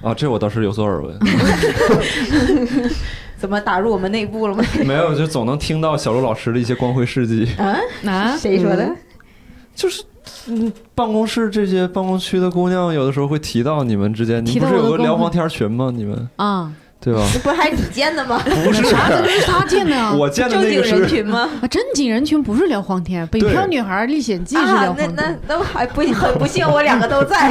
S6: 啊，这我倒是有所耳闻，
S4: 怎么打入我们内部了 吗？
S6: 没有，就总能听到小陆老师的一些光辉事迹，
S5: 啊，
S4: 谁说的？
S6: 就是。嗯，办公室这些办公区的姑娘，有的时候会提到你们之间，你
S5: 提
S6: 不
S5: 到
S6: 是
S5: 我
S6: 有
S5: 的
S6: 个
S5: 公
S6: 聊
S5: 会
S6: 黄天群吗？你们
S5: 啊，
S6: 对吧？
S4: 这不还是你建的 吗？
S6: 不是，
S5: 这是他建的啊！
S6: 我见的
S4: 正
S6: 那
S4: 经
S6: 个
S4: 人
S6: 是
S4: 群吗？
S5: 啊，正经人群不是聊黄天，《北
S6: 对
S5: 漂女孩历险记》是
S4: 啊
S5: 聊，
S4: 那
S5: 黄
S4: 那
S5: 天，
S4: 那还不很不幸，我两个都在，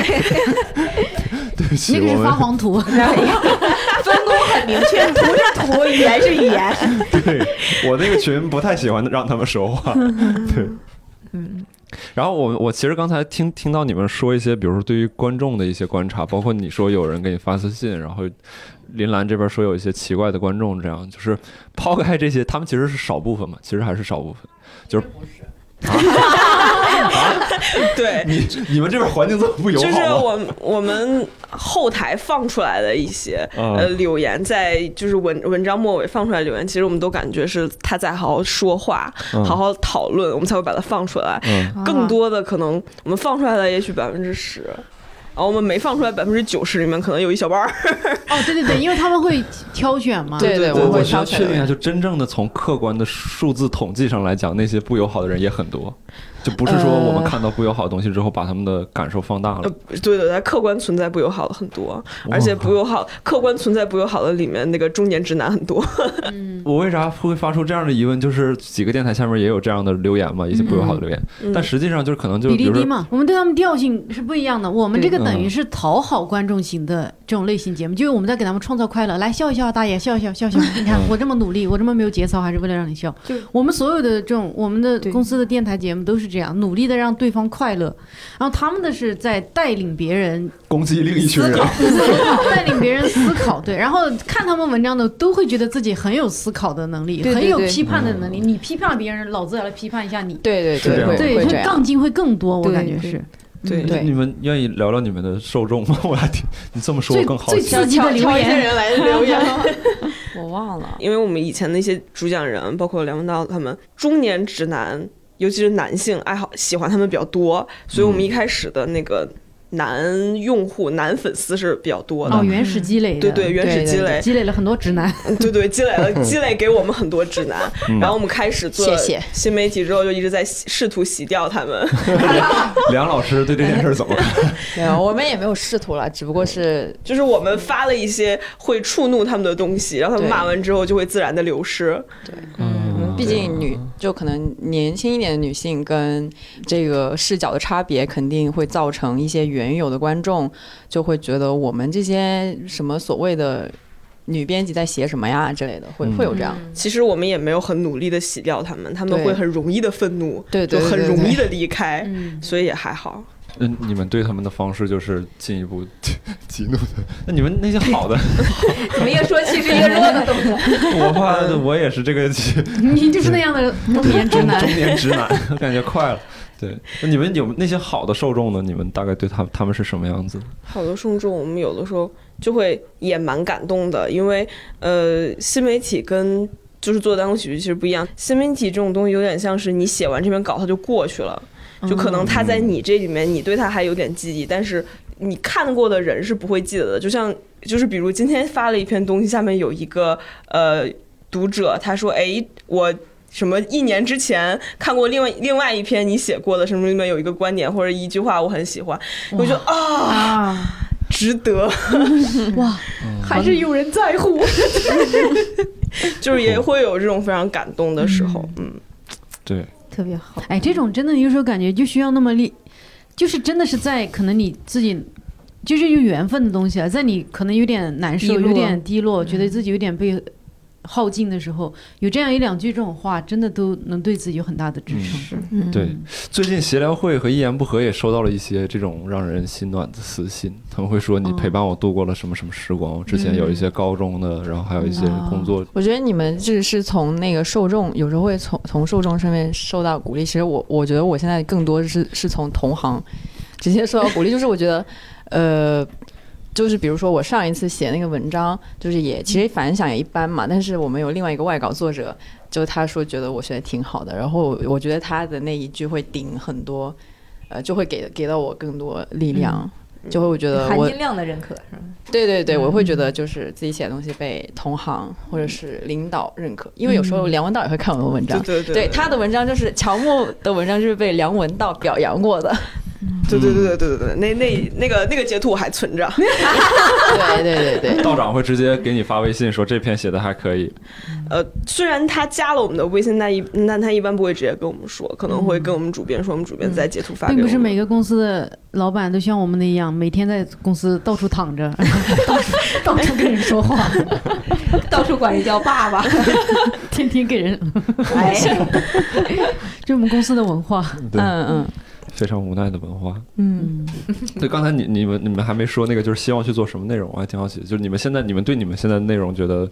S6: 对不起，
S5: 那个
S6: 我
S5: 是
S6: 们
S5: 发黄图。
S4: 分工 很明确，图是图，语言是语言。
S6: 对我那个群不太喜欢让他们说话，对，
S4: 嗯。
S6: 然后我我其实刚才听听到你们说一些，比如说对于观众的一些观察，包括你说有人给你发私信，然后林兰这边说有一些奇怪的观众，这样就是抛开这些，他们其实是少部分嘛，其实还是少部分，就是
S2: 对，
S6: 哎你你们这边环境这么不友
S2: 就是
S6: 好吗？
S2: 我们我们后台放出来的一些、
S6: 啊
S2: 呃留言，在就是文文章末尾放出来留言，其实我们都感觉是他在好好说话，
S6: 嗯
S2: 好好讨论，我们才会把它放出来。
S6: 嗯，
S2: 更多的可能我们放出来的也许百分之十，然后我们没放出来百分之九十里面可能有一小半儿。
S5: 哦，对对对，因为他们会挑选嘛。
S2: 对对
S6: 对，
S2: 我
S6: 我
S2: 会
S6: 需要
S2: 挑选
S6: 确定一下，啊就真正的从客观的数字统计上来讲，那些不友好的人也很多，就不是说我们看到不友好的东西之后，把他们的感受放大了
S2: 呃。，对对，它客观存在不友好的很多，而且不友好客观存在不友好的里面那个中年直男很多。
S5: 嗯，
S6: 呃我为啥会发出这样的疑问？就是几个电台下面也有这样的留言嘛，一些不友好的留言，但实际上就是可能就
S5: 比
S6: 嗯是比
S5: 例
S6: 如
S5: 低
S6: 说，
S5: 嘛，我们对他们调性是不一样的。我们这个
S6: 对
S5: 等于是讨好观众型的这种类型节目，就是我们在给他们创造快乐。来笑一笑，啊大爷笑一笑，笑一笑。你看我这么努力，我这么没有节操，还是为了让你笑
S7: 就。
S5: 我们所有的这种我们的
S7: 对
S5: 公司的电台节目都是这样，努力的让对方快乐。然后他们的是在带领别人
S8: 攻击另一群
S5: 思
S8: 人
S5: 考，， 带领别人思考，对。然后看他们文章的都会觉得自己很有思考的能力，
S7: 对对
S5: 很有
S7: 对
S5: 批判的能力。你批判了别人，老子也来批判一下你。
S3: 对对
S8: 是这
S3: 对，
S8: 样
S3: 会
S5: 对，
S3: 会
S5: 就
S3: 这样。
S5: 杠精会更多，我
S7: 对
S5: 感觉
S7: 对
S5: 是。
S2: 对
S3: 对
S6: 你们愿意聊聊你们的受众吗？ 我还挺，你这么说我
S5: 最
S6: 更好
S5: 最
S6: 奇。
S5: 刺激的留
S2: 挑一些
S5: 言，
S2: 人来留 言，
S3: 我忘了，
S2: 因为我们以前那些主讲人，包括梁文道他们，中年直男，尤其是男性爱好喜欢他们比较多，所以我们一开始的那个男用户、男粉丝是比较多的。
S5: 哦，原始积累的，
S2: 对对，原始积累，
S5: 积累了很多直男，
S2: 对对，积累了积累给我们很多指南，然后我们开始做
S3: 谢谢
S2: 新媒体之后，就一直在洗试图洗掉他们。
S6: 梁老师对这件事儿怎么 看？
S3: 没有，我们也没有试图了，只不过是
S2: 就是我们发了一些会触怒他们的东西，然后他们
S3: 对
S2: 骂完之后就会自然的流失。
S3: 嗯，毕竟女就可能年轻一点的女性跟这个视角的差别，肯定会造成一些原有的观众就会觉得我们这些什么所谓的女编辑在写什么呀之类的，
S8: 嗯
S3: 会会有这样。
S2: 其实我们也没有很努力的洗掉他们，他们
S3: 嗯对
S2: 会很容易的愤怒，
S3: 对对
S2: 就
S3: 对
S2: 很
S3: 对
S2: 容
S3: 对
S2: 易的离开，
S5: 嗯，
S2: 所以也还好。
S6: 嗯，你们对他们的方式就是进一步 激怒的。那你们那些好的，
S4: 怎么越说其实越热的东西。
S6: 我怕我也是这个中
S5: 你就是那 样的 中年直男
S6: 中。年直男， 我感觉快了。对，那你们有那些好的受众呢？你们大概对他他们是什么样子？
S2: 好多受众，我们有的时候就会也蛮感动的，因为呃，新媒体跟就是做单口喜剧其实不一样。新媒体这种东西有点像是你写完这篇稿，它就过去了，就可能它在你这里面，你对它还有点记忆，但是你看过的人是不会记得的。就像就是比如今天发了一篇东西，下面有一个呃读者他说：“哎，我。”什么？一年之前看过另外另外一篇你写过的什么里面有一个观点或者一句话我很喜欢，我就啊，
S5: 啊，
S2: 值得，
S5: 哇，
S7: 还是有人在乎。
S2: 就是也会有这种非常感动的时候。嗯，
S6: 对，
S4: 特别好，
S5: 哎，这种真的有时候感觉就需要那么力，就是真的是在可能你自己。就是有缘分的东西啊，在你可能有点难受、
S7: 低落
S5: 有点低落，觉得自己有点被耗尽的时候，有这样一两句这种话，真的都能对自己有很大的支
S2: 嗯
S5: 撑。
S6: 对，最近协聊会和一言不合也收到了一些这种让人心暖的私信，他们会说
S5: 哦
S6: 你陪伴我度过了什么什么时光。之前有一
S5: 嗯
S6: 些高中的，然后还有一些工作，
S5: 哦
S3: 我觉得你们这是从那个受众，有时候会从从受众身边受到鼓励。其实我我觉得我现在更多是是从同行直接受到鼓励，就是我觉得，呃，就是比如说我上一次写那个文章，就是也其实反响也一般嘛，但是我们有另外一个外稿作者，就他说觉得我写的挺好的，然后我觉得他的那一句会顶很多，呃，就会给给到我更多力量，就会我觉
S4: 嗯
S3: 得
S4: 含
S3: 我
S4: 金量的认可是吧？
S3: 对对对，我会觉得就是自己写的东西被同行或者是领导认可，因为有时候梁文道也会看我的文章。
S2: 对对
S3: 对他的文章就是乔木的文章就是被梁文道表扬过的，
S2: 对对对对对对，那那那个那个截图我还存着。
S3: 对对对对，
S6: 道长会直接给你发微信说这篇写的还可以。
S2: 呃，虽然他加了我们的微信，但一但他一般不会直接跟我们说，可能会跟我们主编说，我们主编再截图发给我
S5: 并
S2: 们。
S5: 不是每个公司的老板都像我们那样，每天在公司到处躺着， 到处到处跟人说话，
S4: 到处管人叫爸 爸，
S5: 天天给人，
S4: 哎，
S5: 这是我们公司的文化。
S6: 对，
S3: 嗯嗯
S6: 非常无奈的文化。
S3: 嗯，
S6: 对，刚才你你们你们还没说那个，就是希望去做什么内容，我还挺好奇。就是你们现在你们对你们现在内容觉得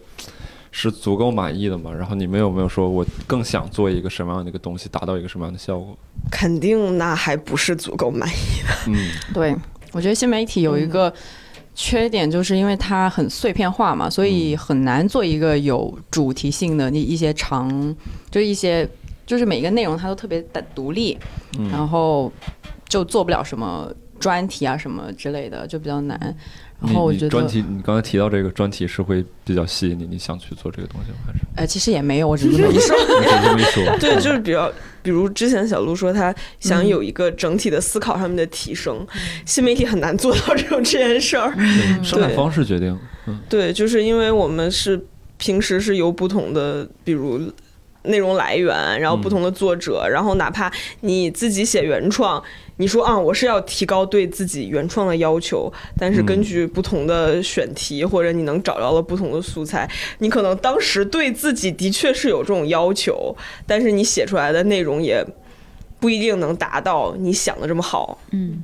S6: 是足够满意的吗？然后你们有没有说我更想做一个什么样的一个东西，达到一个什么样的效果？
S2: 肯定那还不是足够满意。
S6: 嗯，
S3: 对，我觉得新媒体有一个缺点，就是因为它很碎片化嘛，所
S6: 嗯
S3: 以很难做一个有主题性的那一些长，就一些就是每一个内容它都特别的独立，
S6: 嗯
S3: 然后就做不了什么专题啊什么之类的，就比较难。然后我
S6: 你
S3: 觉
S6: 你专
S3: 得，
S6: 题，你刚才提到这个专题是会比较吸引你，你想去做这个东西吗还是？
S3: 呃，其实也没有，我只 是这么 一说。
S6: 你可以这么一 说，嗯
S2: 对，就是比较，比如之前小鹿说他想有一个整体的思考上面的提升，新媒体很难做到这种这件事儿。
S6: 对嗯生产
S2: 对
S6: 方式决定。嗯
S2: 对，就是因为我们是平时是由不同的，比如内容来源，然后不同的作者，然后哪怕你自己写原创，你说啊，我是要提高对自己原创的要求，但是根据不同的选题、或者你能找到了不同的素材，你可能当时对自己的确是有这种要求，但是你写出来的内容也不一定能达到你想的这么好。
S5: 嗯，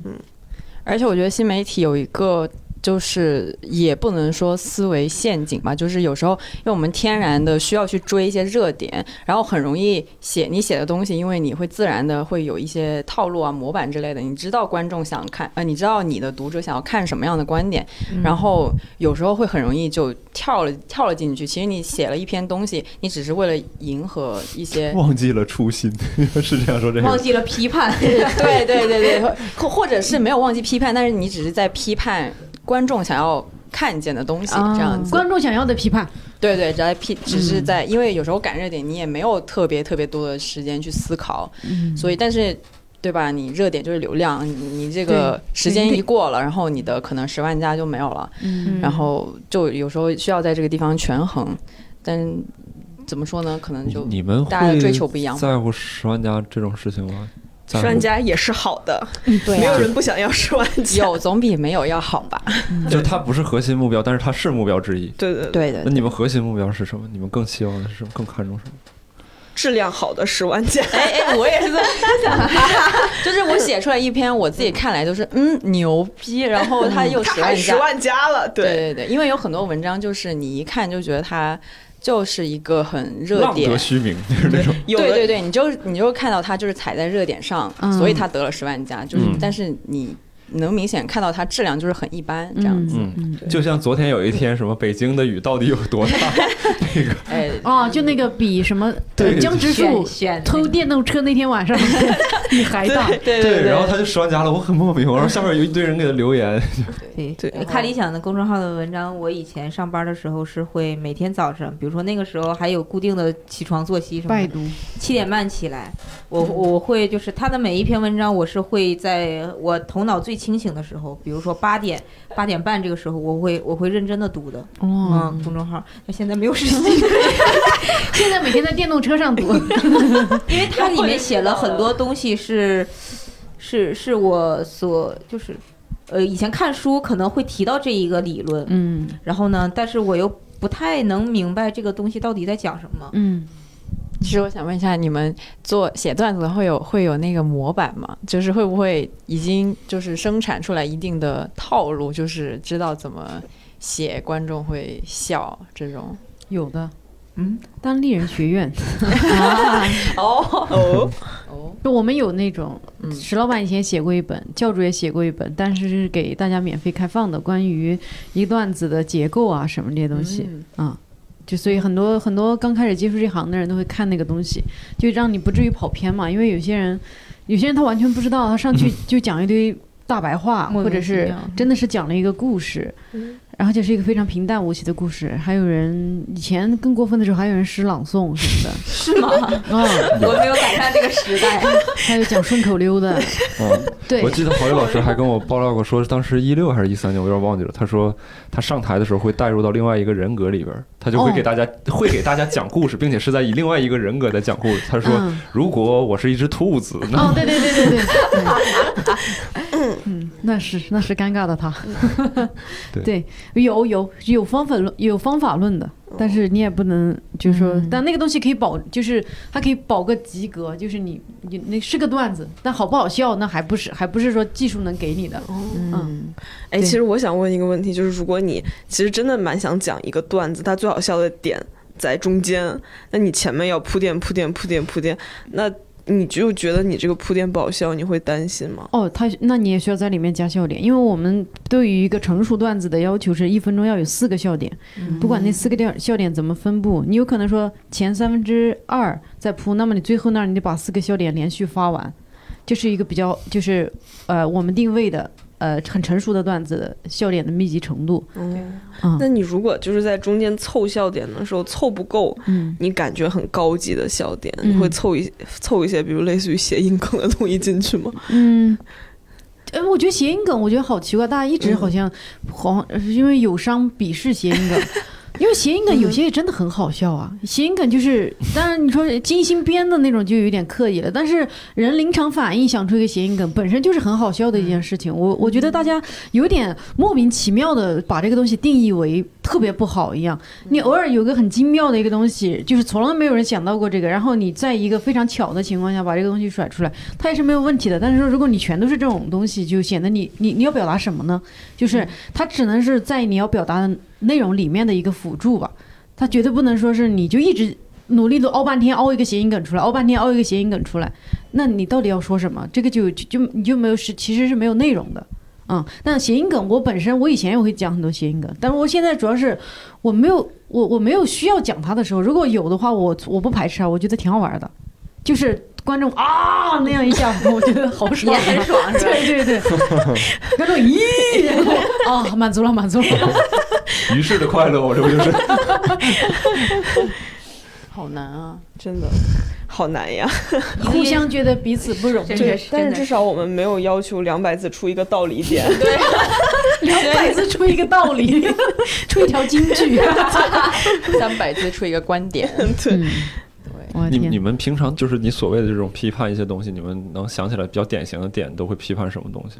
S3: 而且我觉得新媒体有一个。就是也不能说思维陷阱吧，就是有时候因为我们天然的需要去追一些热点，然后很容易写你写的东西，因为你会自然的会有一些套路啊、模板之类的，你知道观众想看，呃，你知道你的读者想要看什么样的观点，然后有时候会很容易就跳了跳了进去。其实你写了一篇东西，你只是为了迎合一些
S8: 忘记了初心， 是这样说这
S4: 忘
S8: 个。
S4: 记了批判。
S3: 对对对对，或或者是没有忘记批判，但是你只是在批判观众想要看见的东西，
S5: 啊
S3: 这样子。
S5: 哦观众想要的批判，
S3: 对对，只在批，只是在，因为有时候赶热点，你也没有特别特别多的时间去思考，所以但是。对吧？你热点就是流量，你你这个时间一过了，然后你的可能十万加就没有了，
S5: 嗯，
S3: 然后就有时候需要在这个地方权衡，但怎么说呢？可能就
S6: 你们
S3: 大家的
S6: 会
S3: 追求不一样吧
S6: 在乎十万加这种事情吗？在乎
S2: 十万加也是好的，
S3: 对
S2: 没有
S3: 啊
S2: 人不想要十万加。
S3: 有总比没有要好吧？
S6: 就它不是核心目标，但是它是目标之一。
S2: 对对对，
S3: 对的
S6: 那，你们核心目标是什么？你们更希望的是什么？更看重什么？
S2: 质量好的十万加，
S3: 哎哎，我也是这么想， 就是我写出来一篇，我自己看来就是嗯牛逼，然后 他又
S2: 嗯他
S3: 十
S2: 还
S3: 万
S2: 十
S3: 加，
S2: 万加了，
S3: 对
S2: 对，
S3: 对对，因为有很多文章就是你一看就觉得它就是一个很热
S6: 浪
S3: 点
S6: 得，虚名，就是那种。
S2: 有
S3: 对
S2: 的
S3: 对对，你就你就看到它就是踩在热点上，
S5: 嗯
S3: 所以它得了十万加，就是、
S6: 嗯
S3: 但是你能明显看到它质量就是很一般这样子，
S6: 嗯，就像昨天有一天，什么北京的雨到底有多大？那个
S3: 哎。
S5: 哦，就那个比什么呃
S6: 对
S5: 江直树
S4: 选选
S5: 偷电动车那天晚上雨还大，
S2: 对
S6: 对， 然后他就十万加了，我很莫名，然后下面有一堆人给他留言，
S4: 对
S2: 对
S4: 我看理想的公众号的文章，我以前上班的时候是会每天早晨，比如说那个时候还有固定的起床作息什么
S5: 拜
S4: 的，
S5: 读，
S4: 七点半起来，我我会就是他的每一篇文章，我是会在我头脑最清醒的时候，比如说八点八点半这个时候，我会我会认真的读的，
S5: 哦
S4: 嗯，，公众号，那现在没有时 间，
S5: 现在每天在电动车上读，
S4: 因为它里面写了很多东西是是是我所就是呃以前看书可能会提到这一个理论，
S5: 嗯
S4: 然后呢，但是我又不太能明白这个东西到底在讲什么。
S5: 嗯，
S3: 其实我想问一下，你们做写段子会有会有那个模板吗？就是会不会已经就是生产出来一定的套路，就是知道怎么写观众会笑这种？
S5: 有的，
S4: 嗯，
S5: 当丽人学院，啊
S3: 哦
S2: 哦，
S3: 哦，
S5: 就我们有那种
S3: 嗯，
S5: 石老板以前写过一本，教主也写过一本，但是是给大家免费开放的，关于一段子的结构啊什么这些东西。
S3: 嗯
S5: 就所以很多很多刚开始接触这行的人都会看那个东西，就让你不至于跑偏嘛。因为有些人，有些人他完全不知道，他上去就讲一堆大白话，
S4: 莫
S5: 或
S4: 名
S5: 者
S4: 其
S5: 是
S4: 妙嗯
S5: 真的是讲了一个故事，然后就是一个非常平淡无奇的故事。还有人以前更过分的时候，还有人诗朗诵什么的，
S4: 是吗？
S5: 嗯，
S4: 我没有赶上这个时代。
S5: 还有讲顺口溜的，
S6: 嗯，
S5: 对
S6: 我，记得郝宇老师还跟我爆料过，说当时一六还是一三年，我有点忘记了。他说他上台的时候会带入到另外一个人格里边儿，他就会
S5: 哦
S6: 给大家、会给大家讲故事，并且是在以另外一个人格在讲故事。他说，
S5: 嗯
S6: 如果我是一只兔子，那
S5: 哦，对对对对对，嗯，那是那是尴尬的他，
S6: 对
S5: 有有有方法论有方法论的，但是你也不能就是说，但那个东西可以保，就是它可以保个及格，就是你你那是个段子，但好不好笑那还不是还不是说技术能给你的，
S3: 嗯，
S2: 哎，
S5: 对
S2: 其实我想问一个问题，就是如果你其实真的蛮想讲一个段子，它最好笑的点在中间，那你前面要铺垫铺垫铺垫铺垫，那你就觉得你这个铺垫不好笑，你会担心吗？
S5: 哦，他那你也需要在里面加笑点，因为我们对于一个成熟段子的要求是一分钟要有四个笑点，不管那四个点笑点怎么分布，你有可能说前三分之二在铺，那么你最后那儿你得把四个笑点连续发完，就是一个比较就是呃我们定位的呃很成熟的段子的笑点的密集程度，
S2: 嗯，
S5: 嗯
S2: 那你如果就是在中间凑笑点的时候凑不够，
S5: 嗯，
S2: 你感觉很高级的笑点，
S5: 嗯
S2: 你会凑一凑一些，比如类似于谐音梗的东西进去吗？
S5: 嗯，哎，我觉得谐音梗，我觉得好奇怪，大家一直好像好像、因为友商鄙视谐音梗。因为谐音梗有些也真的很好笑啊，谐音梗就是，当然你说精心编的那种就有点刻意了，但是人临场反应想出一个谐音梗，本身就是很好笑的一件事情。我我觉得大家有点莫名其妙的把这个东西定义为特别不好一样。你偶尔有个很精妙的一个东西，就是从来没有人想到过这个，然后你在一个非常巧的情况下把这个东西甩出来，它也是没有问题的。但是说如果你全都是这种东西，就显得你你你要表达什么呢？就是它只能是在你要表达的内容里面的一个辅助吧，它绝对不能说是你就一直努力的凹半天，凹一个谐音梗出来，凹半天凹一个谐音梗出来，那你到底要说什么？这个就就就你就没有是其实是没有内容的。嗯，但谐音梗我本身我以前也会讲很多谐音梗，但是我现在主要是我没有我我没有需要讲它的时候，如果有的话我我不排斥啊，我觉得挺好玩的，就是观众啊那样一下，我觉得好爽、
S4: 也
S5: 啊，
S4: 很爽，是吧？
S5: 对对 对，观众咦，然 后哦，满足了，满足了，
S8: 于是的快乐，我这不就是？
S3: 好难啊！
S2: 真的好难呀。
S5: 互相觉得彼此不容
S4: 真
S5: 易。
S4: 的
S2: 对
S4: 是，
S2: 但
S4: 真
S2: 是
S4: 的
S2: 至少我们没有要求两百字出一个道理点，
S5: 两百字出一个道理，出一条金句。
S3: 三百字出一个观点，
S5: 嗯
S2: 对，
S4: 嗯
S5: 我的
S6: 你你
S5: 啊天，
S6: 们平常就是你所谓的这种批判一些东西，你们能想起来比较典型的点都会批判什么东西？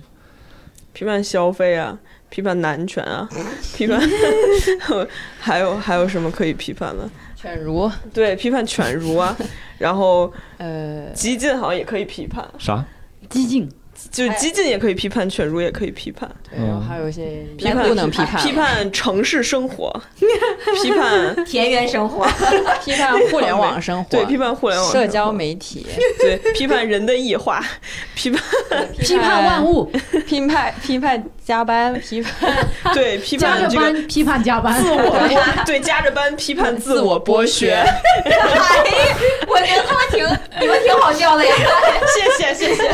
S2: 批判消费啊，批判男权 啊，批判还有还有什么可以批判的？
S3: 犬儒，
S2: 对，批判犬儒 啊，然后
S3: 呃，
S2: 激进好像也可以批判，
S6: 啥？
S5: 激进，
S2: 就是
S5: 哎
S2: 激进也可以批判，犬儒也可以批判，
S3: 对，然后还有一些
S2: 嗯批判
S3: 不能批判，
S2: 批判城市生 活，批判
S4: 田园生 活，
S3: 批判互联网生活，
S2: 对批判互联网
S3: 社
S2: 生
S3: 交
S2: 活
S3: 媒体，
S2: 对批判人的异化， 批判
S5: 批判万物，
S3: 批判批判加 班，批判
S2: 对批
S5: 加
S2: 判
S5: 着
S2: 这个
S5: 班，批判加班，
S2: 自我剥 对加着班批判 自我剥削，
S4: 哎我觉得他们挺你们挺好笑 的呀。
S2: 谢谢谢谢，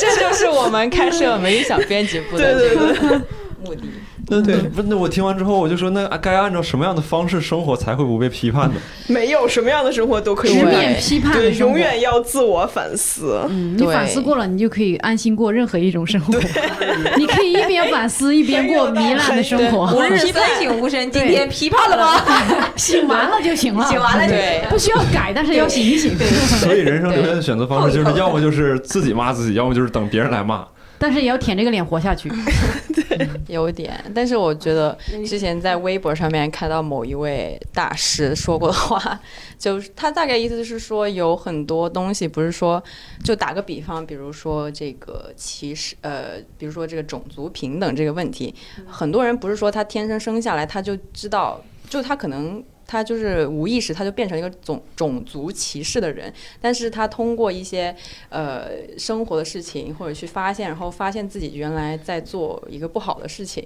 S3: 这就是我们 开设每日小编辑部
S2: 对
S3: 的
S2: 对
S3: 这
S2: 对
S3: 个。目的。
S6: 嗯那对，不，那我听完之后我就说，那该按照什么样的方式生活才会不被批判 呢？
S2: 没有什么样的生活都可以
S5: 直
S2: 过
S5: 面
S2: 来，
S5: 批判的
S2: 对，
S5: 生
S2: 永。
S5: 活
S2: 远要自我反思。
S5: 嗯，你
S3: 对
S5: 反思过了，你就可以安心过任何一种生活。你可以一边反思一边过糜烂的生活，
S4: 吾日三省吾身，今天批判了 吗？
S5: 醒完了就行了，
S4: 醒完了就
S3: 对
S5: 不需要改，但是要醒一醒。
S6: 所以人生留下的选择方式就是要么就是自己骂自己，要么就是等别人来骂。
S5: 但是也要舔着个脸活下去。
S3: 有点，但是我觉得之前在微博上面看到某一位大师说过的话， 就是他大概意思是说，有很多东西不是说，就打个比方，比如说这个歧视，呃，比如说这个种族平等这个问题，很多人不是说他天生生下来他就知道，就他可能。他就是无意识，他就变成一个种种族歧视的人，但是他通过一些呃生活的事情，或者去发现，然后发现自己原来在做一个不好的事情，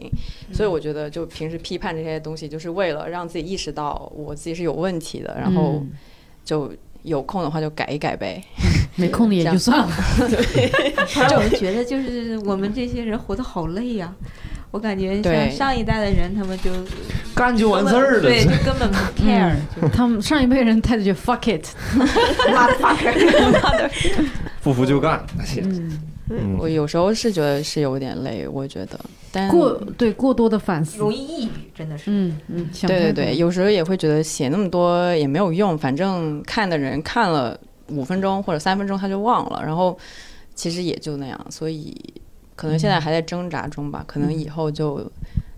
S3: 所以我觉得就平时批判这些东西，就是为了让自己意识到我自己是有问题的，然后
S5: 嗯
S3: 就有空的话就改一改呗。
S5: 没空的也就算了。
S4: 我们觉得就是我们这些人活得好累呀、我感觉像
S3: 对
S4: 上一代的人，他们就
S6: 干就完事儿了
S4: 对，，就根 本不
S3: 嗯
S4: care，
S5: 他们上一辈人态度就 fuck it，
S4: 妈的 fucker，
S6: 不服就干。
S5: 嗯，
S6: 嗯，
S3: 我有时候是觉得是有点累，我觉得，但
S5: 过对过多的反 思，
S4: 容易抑郁，真的是。
S5: 嗯嗯，想
S3: 对对
S5: 太
S3: 对，
S5: 多，
S3: 有时候也会觉得写那么多也没有用，反正看的人看了五分钟或者三分钟他就忘了，然后其实也就那样，所以可能现在还在挣扎中吧，可能以后就。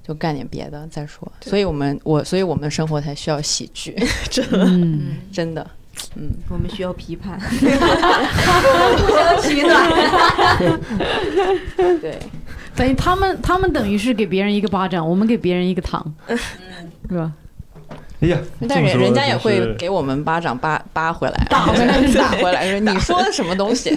S3: 就干点别的再说，所以我们我所以我们的生活才需要喜剧，
S5: 嗯，
S3: 真的，嗯，
S4: 我们需要批判， 互相取暖。
S3: 对，
S5: 等于他们他们等于是给别人一个巴掌，我们给别人一个糖，是吧？
S6: 哎呀，
S3: 但人人家也会
S6: 给。
S3: 给我们巴掌扒扒回来，打回 来打回来，说你说的什么东 西？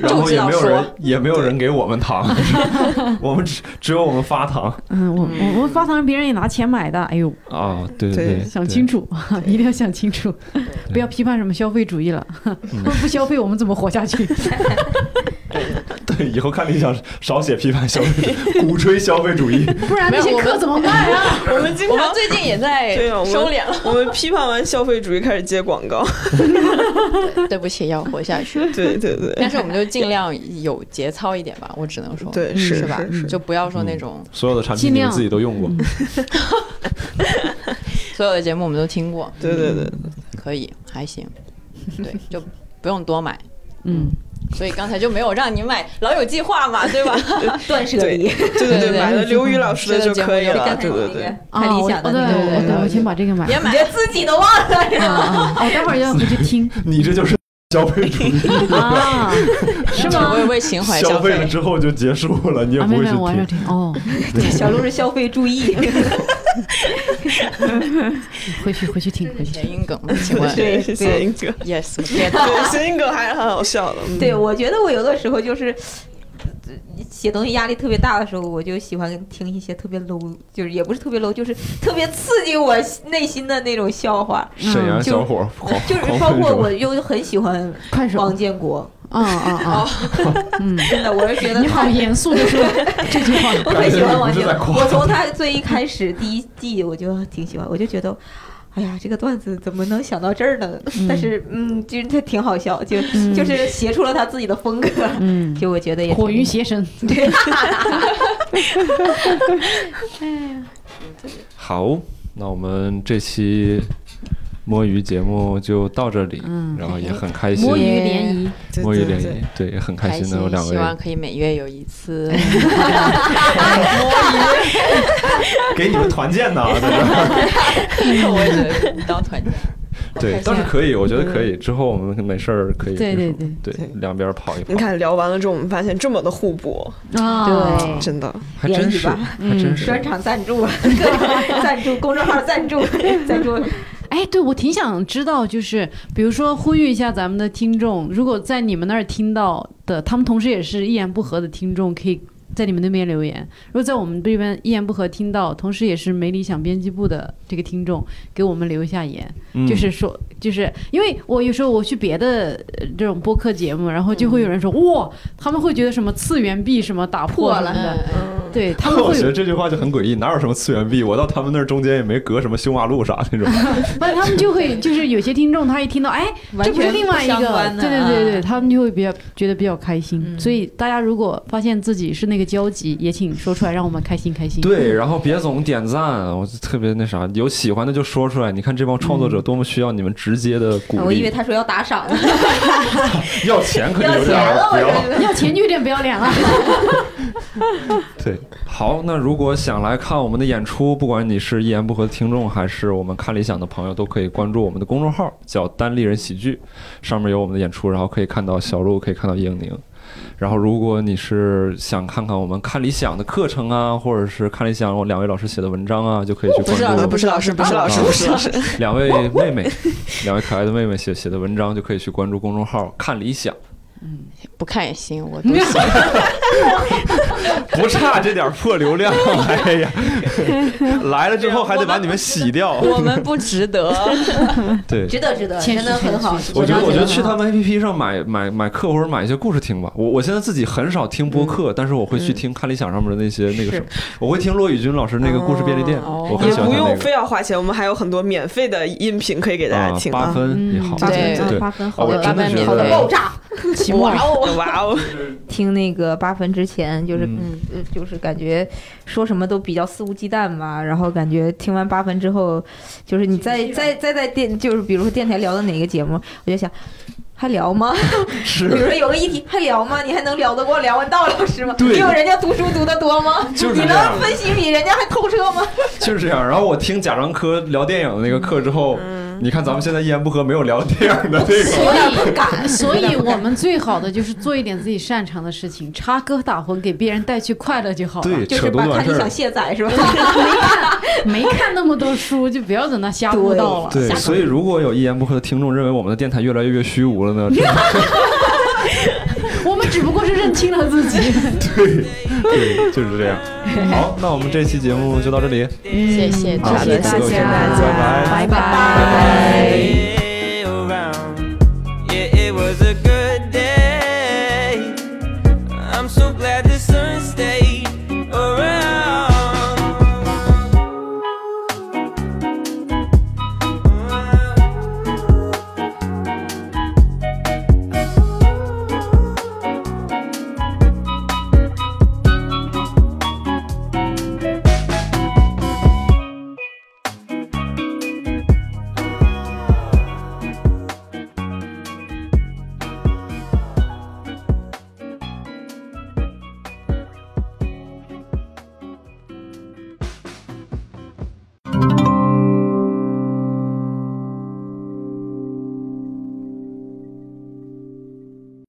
S6: 然后也没有
S3: 就知道
S6: 人
S3: 说
S6: 也没有人给我们糖， 我们只只有我们发糖
S5: 嗯，我我我发糖别人也拿钱买的，哎呦，
S6: 啊，对
S2: 对
S6: 对，
S5: 想清楚， 一定要想清楚，不要批判什么消费主义了， 不消费我们怎么活下去？
S6: 对， 对，以后看理想少写批判消费主义，鼓吹消费主义，
S5: 不然那些课怎么办啊？
S2: 我们经
S3: 我
S2: 常
S3: 们最近也在
S2: 对啊，我们
S3: 收敛了，
S2: 我们批判完消费主义，开始接广 告。
S3: 对不起，要活下去。
S2: 对对对
S3: 但是我们就尽量有节操一点吧，我只能说，嗯
S2: 对，是
S3: 是吧？就不要说那种，
S6: 所有的产品
S5: 尽
S6: 你
S5: 量
S6: 们自己都用过，
S3: 所有的节目我们都听过，
S2: 对对对，
S3: 可以，还行，对，就不用多买。
S5: 嗯，
S3: 所以刚才就没有让你买《老友计划》嘛，对吧？
S4: 断舍
S2: 对
S4: 离，
S2: 对对
S3: 对对
S2: 对，买了刘宇老师的就可以
S3: 是的
S2: 了，
S3: 啊
S2: 对对对，
S4: 看理想的
S5: 啊我
S4: 那
S5: 哦对
S4: 个
S5: 我对，我先把这 个买
S3: 别
S5: 了。
S3: 买
S4: 连自己都忘了。
S5: 啊啊！我待会儿要回去听
S8: 你这就是消费主义，
S5: 啊，是
S3: 就
S5: 吗
S3: 不？会为情怀
S8: 消
S3: 消
S8: 费了之后就结束了，你也
S5: 啊，
S8: 不
S5: 没有
S8: 会去
S5: 没有，我还没有
S8: 听。
S5: 听哦，
S4: 小鹿是消费注 意，
S3: 嗯
S5: 回去回去听回去
S3: 谐
S5: 听。
S3: 音梗吗？请问
S2: 对谢谢英哥，
S3: ，yes，我贴
S2: 对谐音梗还是很好笑的，嗯
S4: 对我觉得我有的时候就是。呃写东西压力特别大的时候，我就喜欢听一些特别 low，就是也不是特别 low，就是特别刺激我内心的那种笑话。
S6: 沈阳小伙儿狂
S4: 就是
S6: 狂
S4: 包
S6: 喷
S4: 括
S6: 什么
S4: 我又很喜欢
S5: 快手，
S4: 王建国，
S5: 啊啊
S4: 哦
S5: 啊！嗯，
S4: 真的，我是觉得
S5: 你 好
S4: 他
S5: 严肃的说 这句话。
S4: 我很喜欢王
S8: 感觉你不
S4: 晶，
S8: 是在夸
S4: 我从他最一开始第一季我就挺喜欢，我就觉得。哎呀，这个段子怎么能想到这儿呢？
S5: 嗯
S4: 但是，嗯，就是他挺好笑，就、
S5: 嗯
S4: 就是写出了他自己的风格，
S5: 嗯，
S4: 就我觉得也
S5: 火云
S4: 挺
S5: 邪神。
S4: 对，
S6: 好，那我们这期摸鱼节目就到这里，
S5: 嗯
S6: 然后也很开心
S5: 摸，鱼联谊，
S2: 对
S6: 摸鱼
S2: 对
S6: 联
S2: 对
S6: 谊，对，也很开
S3: 开
S6: 心
S3: 心
S6: 能有两，
S3: 希望
S6: 位
S3: 可以每月有一次。
S8: 给你们团建呢，在这儿
S3: 我也觉得当团建，
S6: 对，倒是可以，我觉得可以。之后我们没事儿可以，
S5: 对对
S6: 就是对，两边跑一跑
S2: 你，看聊完了之后，我们发现这么的互补，
S4: 嗯
S5: 啊，
S6: 哦
S2: 真的，
S6: 还真
S4: 联谊
S6: 是，
S4: 吧
S6: 还真 是。
S4: 专场赞助，各种 赞助，公众号赞助，赞助，
S5: 哎，对，我挺想知道，就是比如说呼吁一下咱们的听众，如果在你们那儿听到的，他们同时也是一言不合的听众，可以在你们那边留言；如果在我们这边一言不合听到，同时也是没理想编辑部的这个听众，给我们留一下言。
S6: 嗯
S5: 就是说，就是因为我有时候我去别的呃这种播客节目，然后就会
S6: 嗯
S5: 有人说，哇，他们会觉得什么次元壁什么打破
S4: 破
S5: 什么
S4: 了
S5: 的，
S3: 嗯
S5: 对他们
S8: 我
S5: 会
S8: 觉
S5: 有
S8: 得，这句话就很诡异，哪有什么次元壁？我到他们那儿中间也没隔什么修马路啥那种。
S5: 不是他们就会就是有些听众他一听到，哎，这
S3: 完
S5: 不是
S3: 全
S5: 另外一个，
S3: 相关的
S5: 对对对对，他们就会比较觉得比较开心。
S3: 嗯
S5: 所以大家如果发现自己是那个交集，也请说出来，让我们开心开心。
S6: 对，然后别总点赞，我就特别那啥，有喜欢的就说出来。你看这帮创
S8: 嗯
S6: 作者多么需要你们直接的鼓
S4: 我哦以为
S6: 励，
S4: 他说要打赏呢，
S6: 要钱可
S4: 要
S6: 有
S4: 钱
S6: 点
S4: 了
S6: 儿，
S4: 我
S6: 不要
S4: 这。个。
S5: 要钱就有点不要脸了。
S6: 对，好，那如果想来看我们的演出，不管你是一言不合的听众，还是我们看理想的朋友，都可以关注我们的公众号，叫“单立人喜剧”，上面有我们的演出，然后可以看到小鹿，可以看到英宁。然后，如果你是想看看我们看理想的课程啊，或者是看理想我两位老师写的文章啊，就可以去
S3: 不是
S6: 关注
S3: 老
S2: 啊，
S3: 师
S2: 不是老师，不是老师，不是老师，
S6: 两位妹妹， 两位可爱的妹妹写写的文章，就可以去关注公众号“看理想
S3: 不看也行，我都行。
S8: 不差这点破流量，哎 呀，来了之后还得把你们洗掉。
S3: 我们不值 得，
S6: 对，
S4: 值得值得，
S5: 谦虚
S4: 真的很好
S5: 谦。虚
S6: 我觉得，我觉得去
S4: 很好
S6: 他们 A P P 上买买买课或者买一些故事听吧。我我现在自己很少听播客，
S4: 嗯
S6: 但是我会去听看理想上面的那些那个什么，我会听骆宇军老师那个故事便利店，
S3: 哦
S6: 我很
S2: 也
S6: 喜欢
S2: 不
S6: 他那
S2: 用非
S6: 个。
S2: 要花钱，我们还有很多免费的音频可以给大家
S6: 啊，
S2: 听
S6: 八
S2: 啊。
S6: 分也好，
S5: 嗯
S3: 对
S6: 对，
S4: 八分
S6: 啊
S4: 好
S6: 我
S4: 的
S6: 真的觉
S3: 八分免费
S6: 得
S4: 爆炸。
S5: 期末
S2: 哇哦哇哦！
S4: 听那个八分之前，就是
S6: 嗯
S4: 嗯、呃就是感觉说什么都比较肆无忌惮嘛，然后感觉听完八分之后，就是你再再再在电，就是比如说电台聊的哪个节目，我就想。还聊吗？ 比如
S6: 是，
S4: 说有个议题，还聊吗？你还能聊得过梁文道老师吗？
S6: 对
S4: 你有人家读书读得多吗？
S6: 就是
S4: 你
S6: 这样
S4: 能分析比人家还透彻吗？
S6: 就是这样。然后我听贾樟柯聊电影的那个课之后，
S4: 嗯
S6: 你看咱们现在一言不合没有聊电影的那 个，
S4: 有点不敢，
S5: 所
S4: 有
S5: 以
S4: 点不
S5: 我
S4: 敢
S5: 们最好的就是做一点自己擅长的事情，插科打诨，给别人带去快乐就好了。
S6: 对，
S4: 就
S6: 扯
S4: 是
S6: 犊
S4: 把
S6: 子
S4: 看
S6: 完事
S4: 理想
S6: 儿。
S4: 卸载是吧？
S5: 没看那么多书，就不要在那瞎胡闹了。
S6: 对，所以如果有一言不合的听众认为我们的电台越来越虚无了呢，这
S5: 我们只不过是认清了自己。
S6: 对，对，就是这样。好，那我们这期节目就到这里，
S3: 谢谢
S6: 好
S3: 大
S6: 谢谢
S3: 家，
S6: 各位听众，拜拜。
S5: 拜拜